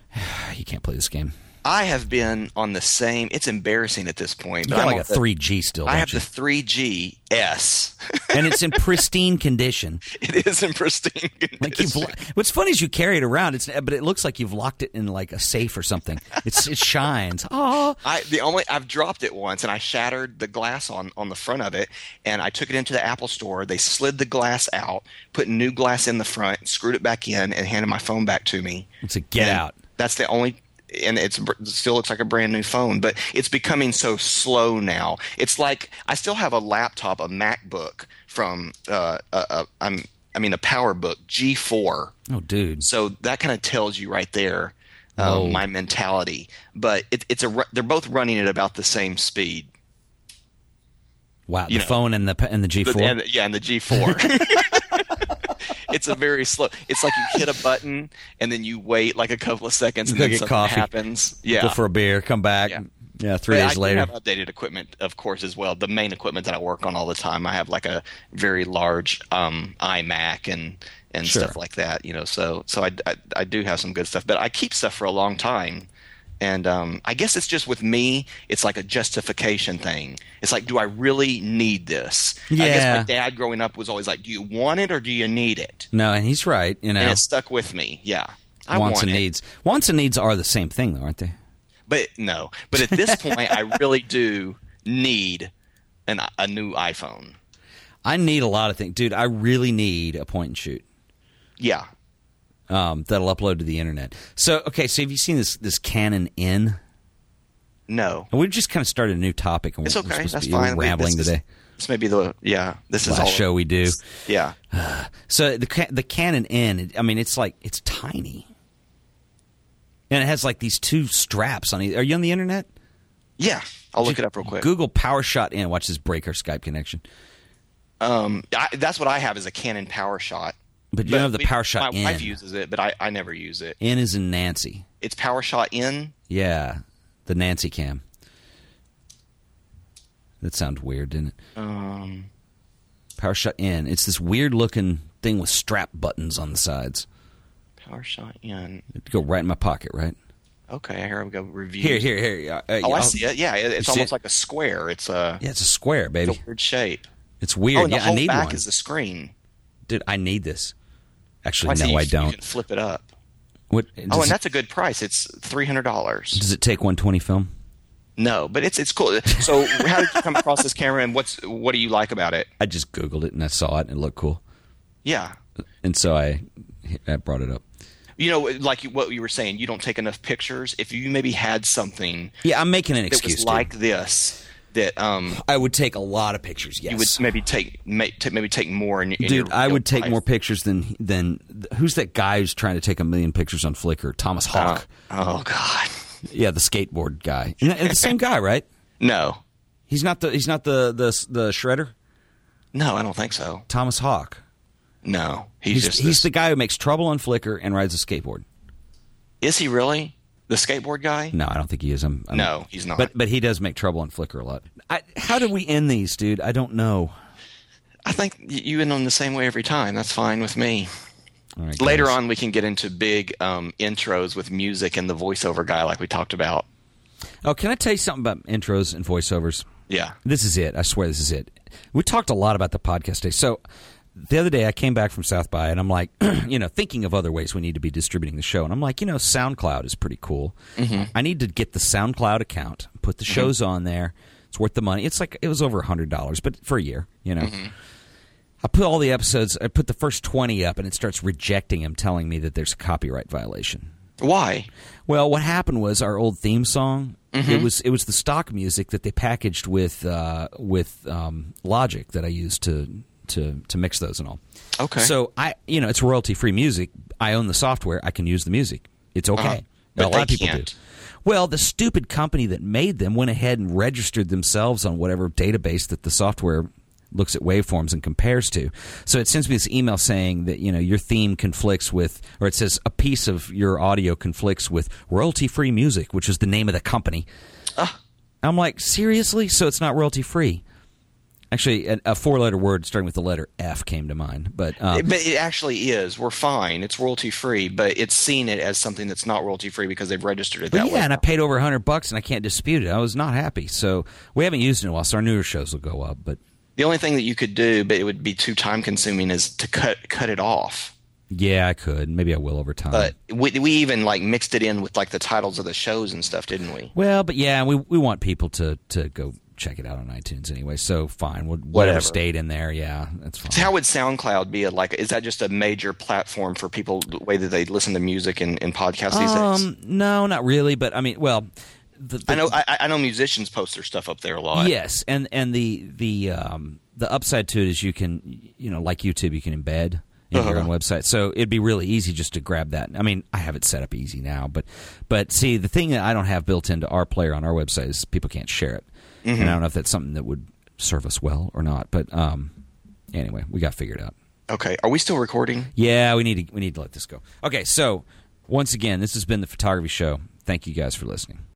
Speaker 3: (sighs) you can't play this game.
Speaker 1: I have been on the same. It's embarrassing at this point.
Speaker 3: You
Speaker 1: but
Speaker 3: got
Speaker 1: I'm
Speaker 3: like
Speaker 1: on
Speaker 3: a
Speaker 1: the-
Speaker 3: 3G still,
Speaker 1: I
Speaker 3: don't
Speaker 1: have
Speaker 3: you?
Speaker 1: the 3G S. (laughs)
Speaker 3: and it's in pristine condition.
Speaker 1: it is in pristine condition.
Speaker 3: Like you've, lo- what's funny is you carry it around, it's but it looks like you've locked it in like a safe or something. It's it shines. (laughs) Oh,
Speaker 1: I the only I've dropped it once and I shattered the glass on on the front of it and I took it into the Apple store. They slid the glass out, put new glass in the front, screwed it back in, and handed my phone back to me.
Speaker 3: it's a get
Speaker 1: And
Speaker 3: out.
Speaker 1: That's the only. And it's br- it still looks like a brand new phone, but it's becoming so slow now. It's like I still have a laptop, a MacBook from uh, uh, uh, I'm I mean a PowerBook G4
Speaker 3: Oh, dude.
Speaker 1: so that kind of tells you right there um,
Speaker 3: Oh.
Speaker 1: my mentality. But it, it's a ru- they're both running at about the same speed.
Speaker 3: Wow, the
Speaker 1: you know.
Speaker 3: phone and the and the G4.
Speaker 1: But- and- yeah, and the G
Speaker 3: (laughs)
Speaker 1: four. (laughs) it's a very slow. It's like you hit a button and then you wait like a couple of seconds and
Speaker 3: Go
Speaker 1: then
Speaker 3: get
Speaker 1: something
Speaker 3: coffee.
Speaker 1: happens. Yeah.
Speaker 3: Go for a beer, come back. Yeah,
Speaker 1: Yeah.
Speaker 3: three
Speaker 1: But I
Speaker 3: days
Speaker 1: do
Speaker 3: later.
Speaker 1: have updated equipment, of course, as well. The main equipment that I work on all the time. I have like a very large um, iMac and and
Speaker 3: Sure.
Speaker 1: stuff like that. You know, so so I, I I do have some good stuff, but I keep stuff for a long time, And um, I guess it's just with me, it's like a justification thing. It's like, do I really need this? I guess
Speaker 3: Yeah.
Speaker 1: my dad growing up was always like, do you want it or do you need it?
Speaker 3: No, and he's right. You know,
Speaker 1: And it stuck with me. Yeah. I
Speaker 3: wants
Speaker 1: want
Speaker 3: and
Speaker 1: it.
Speaker 3: needs. Wants and needs are the same thing, though, aren't they?
Speaker 1: But no. But at this point, I really do need an, a new iPhone.
Speaker 3: I need a lot of things, dude. I really need a point and shoot
Speaker 1: Yeah.
Speaker 3: um, that'll upload to the internet. So, okay, so have you seen this this Canon N?
Speaker 1: No.
Speaker 3: And we've just kind of started a new topic, and
Speaker 1: It's
Speaker 3: we're, we're
Speaker 1: okay.
Speaker 3: supposed
Speaker 1: That's
Speaker 3: to be
Speaker 1: fine. We-
Speaker 3: rambling
Speaker 1: this is-
Speaker 3: today.
Speaker 1: This may be the yeah. This is
Speaker 3: Last
Speaker 1: all
Speaker 3: show we do.
Speaker 1: Yeah.
Speaker 3: So the ca- the Canon N, it- I mean, it's like it's tiny, and it has like these two straps on. it. Are you on the internet?
Speaker 1: Yeah. I'll look it up real quick.
Speaker 3: Google PowerShot N. Watch this break our Skype connection.
Speaker 1: I, that's what I have is a Canon PowerShot.
Speaker 3: But you don't have the
Speaker 1: we-
Speaker 3: PowerShot
Speaker 1: My wife
Speaker 3: N.
Speaker 1: uses it, but I, I never use it.
Speaker 3: N is in Nancy.
Speaker 1: It's PowerShot in.
Speaker 3: Yeah, the Nancy cam. That sounds weird, didn't it? Um, PowerShot N. It's this weird looking thing with strap buttons on the sides.
Speaker 1: PowerShot in.
Speaker 3: It'd go right in my pocket, right?
Speaker 1: Okay, here we go. Review.
Speaker 3: Here, here, here. Uh, uh,
Speaker 1: Oh, I
Speaker 3: I'll-
Speaker 1: see it. Yeah, it- it's
Speaker 3: see
Speaker 1: almost
Speaker 3: it?
Speaker 1: like a square. It's a,
Speaker 3: Yeah, it's a square, baby.
Speaker 1: it's a weird shape.
Speaker 3: It's
Speaker 1: Oh,
Speaker 3: weird.
Speaker 1: and the
Speaker 3: yeah,
Speaker 1: whole
Speaker 3: I need
Speaker 1: back
Speaker 3: one.
Speaker 1: is the screen.
Speaker 3: Dude, I need this. Actually,
Speaker 1: Oh, see,
Speaker 3: no,
Speaker 1: you,
Speaker 3: I
Speaker 1: you
Speaker 3: don't.
Speaker 1: can flip it up.
Speaker 3: What?
Speaker 1: Oh,
Speaker 3: does
Speaker 1: and
Speaker 3: it-
Speaker 1: that's a good price. It's three hundred dollars.
Speaker 3: does it take 120 film?
Speaker 1: No, but it's it's cool. So, how did you come across this camera, and what's what do you like about it?
Speaker 3: I just googled it and I saw it and it looked cool,
Speaker 1: Yeah,
Speaker 3: and so I I brought it up.
Speaker 1: you know, like you- what you were saying, you don't take enough pictures. If you maybe had something
Speaker 3: Yeah, I'm making an
Speaker 1: that
Speaker 3: excuse.
Speaker 1: was
Speaker 3: dude.
Speaker 1: like this, that um,
Speaker 3: I would take a lot of pictures. Yes,
Speaker 1: you would maybe take ma- ta- maybe take more. In, y- in
Speaker 3: dude.
Speaker 1: your
Speaker 3: I
Speaker 1: real
Speaker 3: would take
Speaker 1: life.
Speaker 3: more pictures than than who's that guy who's trying to take a million pictures on Flickr? Thomas Hawk.
Speaker 1: Oh God,
Speaker 3: yeah, the skateboard guy. You know, it's the same guy, right?
Speaker 1: no,
Speaker 3: He's not the he's not the the the shredder.
Speaker 1: no, I don't think so.
Speaker 3: Thomas Hawk.
Speaker 1: No, he's,
Speaker 3: He's,
Speaker 1: just
Speaker 3: he's
Speaker 1: this-
Speaker 3: the guy who makes trouble on Flickr and rides a skateboard.
Speaker 1: Is he really the skateboard guy?
Speaker 3: No, I don't think he is. I'm, I'm-
Speaker 1: No, he's not.
Speaker 3: But but he does make trouble on Flickr a lot. I, how do we end these, dude? I don't know.
Speaker 1: I think y- you end on the same way every time. That's fine with me.
Speaker 3: All right,
Speaker 1: Later
Speaker 3: guys.
Speaker 1: on, we can get into big um, intros with music and the voiceover guy, like we talked about.
Speaker 3: Oh, can I tell you something about intros and voiceovers?
Speaker 1: Yeah,
Speaker 3: This is it. I swear this is it. We talked a lot about the podcast today. So the other day I came back from South by and I'm like, (clears throat) you know, thinking of other ways we need to be distributing the show. And I'm like, you know, SoundCloud is pretty cool. I need to get the SoundCloud account, put the shows on there. It's worth the money. It's like it was over hundred dollars, but for a year, you know. I put all the episodes. I put the first twenty up, and it starts rejecting them, telling me that there's a copyright violation.
Speaker 1: why?
Speaker 3: Well, what happened was our old theme song. It was it was the stock music that they packaged with uh, with um, Logic that I used to to to mix those and all.
Speaker 1: Okay.
Speaker 3: So I you know it's royalty free music. I own the software. I can use the music. It's okay.
Speaker 1: Uh-huh.
Speaker 3: Now,
Speaker 1: But
Speaker 3: a lot
Speaker 1: they
Speaker 3: of people
Speaker 1: can't.
Speaker 3: do. Well, the stupid company that made them went ahead and registered themselves on whatever database that the software looks at waveforms and compares to. So it sends me this email saying that, you know, your theme conflicts with or it says a piece of your audio conflicts with royalty free music, which is the name of the company. I'm like, seriously? So it's not royalty free. Actually, a, a four letter word starting with the letter F came to mind, but um,
Speaker 1: But it actually is. We're fine. It's royalty free, but it's seen it as something that's not royalty free because they've registered it that
Speaker 3: But yeah,
Speaker 1: way.
Speaker 3: and I paid over a hundred bucks, and I can't dispute it. I was not happy, so we haven't used it in a while. So our newer shows will go up, but
Speaker 1: the only thing that you could do, but it would be too time consuming, is to cut cut it off.
Speaker 3: yeah, I could. Maybe I will over time.
Speaker 1: But we, we even like mixed it in with like the titles of the shows and stuff, didn't we?
Speaker 3: well, but yeah, we we want people to to go check it out on iTunes anyway. So fine, we'll, whatever,
Speaker 1: Whatever.
Speaker 3: stayed in there, yeah, that's fine.
Speaker 1: So how would SoundCloud be like? Is that just a major platform for people the way that they listen to music and, and podcasts these days?
Speaker 3: um, no, not really. But I mean, well, the, the,
Speaker 1: I know I, I know musicians post their stuff up there a lot.
Speaker 3: Yes, and and the the um, the upside to it is you can you know like YouTube you can embed in your own website, so it'd be really easy just to grab that. I mean, I have it set up easy now, but but see the thing that I don't have built into our player on our website is people can't share it, and I don't know if that's something that would serve us well or not. But um, anyway, we got figured out.
Speaker 1: Okay. Are we still recording?
Speaker 3: Yeah, we need to we need to let this go. Okay, so once again, this has been the photography show. Thank you guys for listening.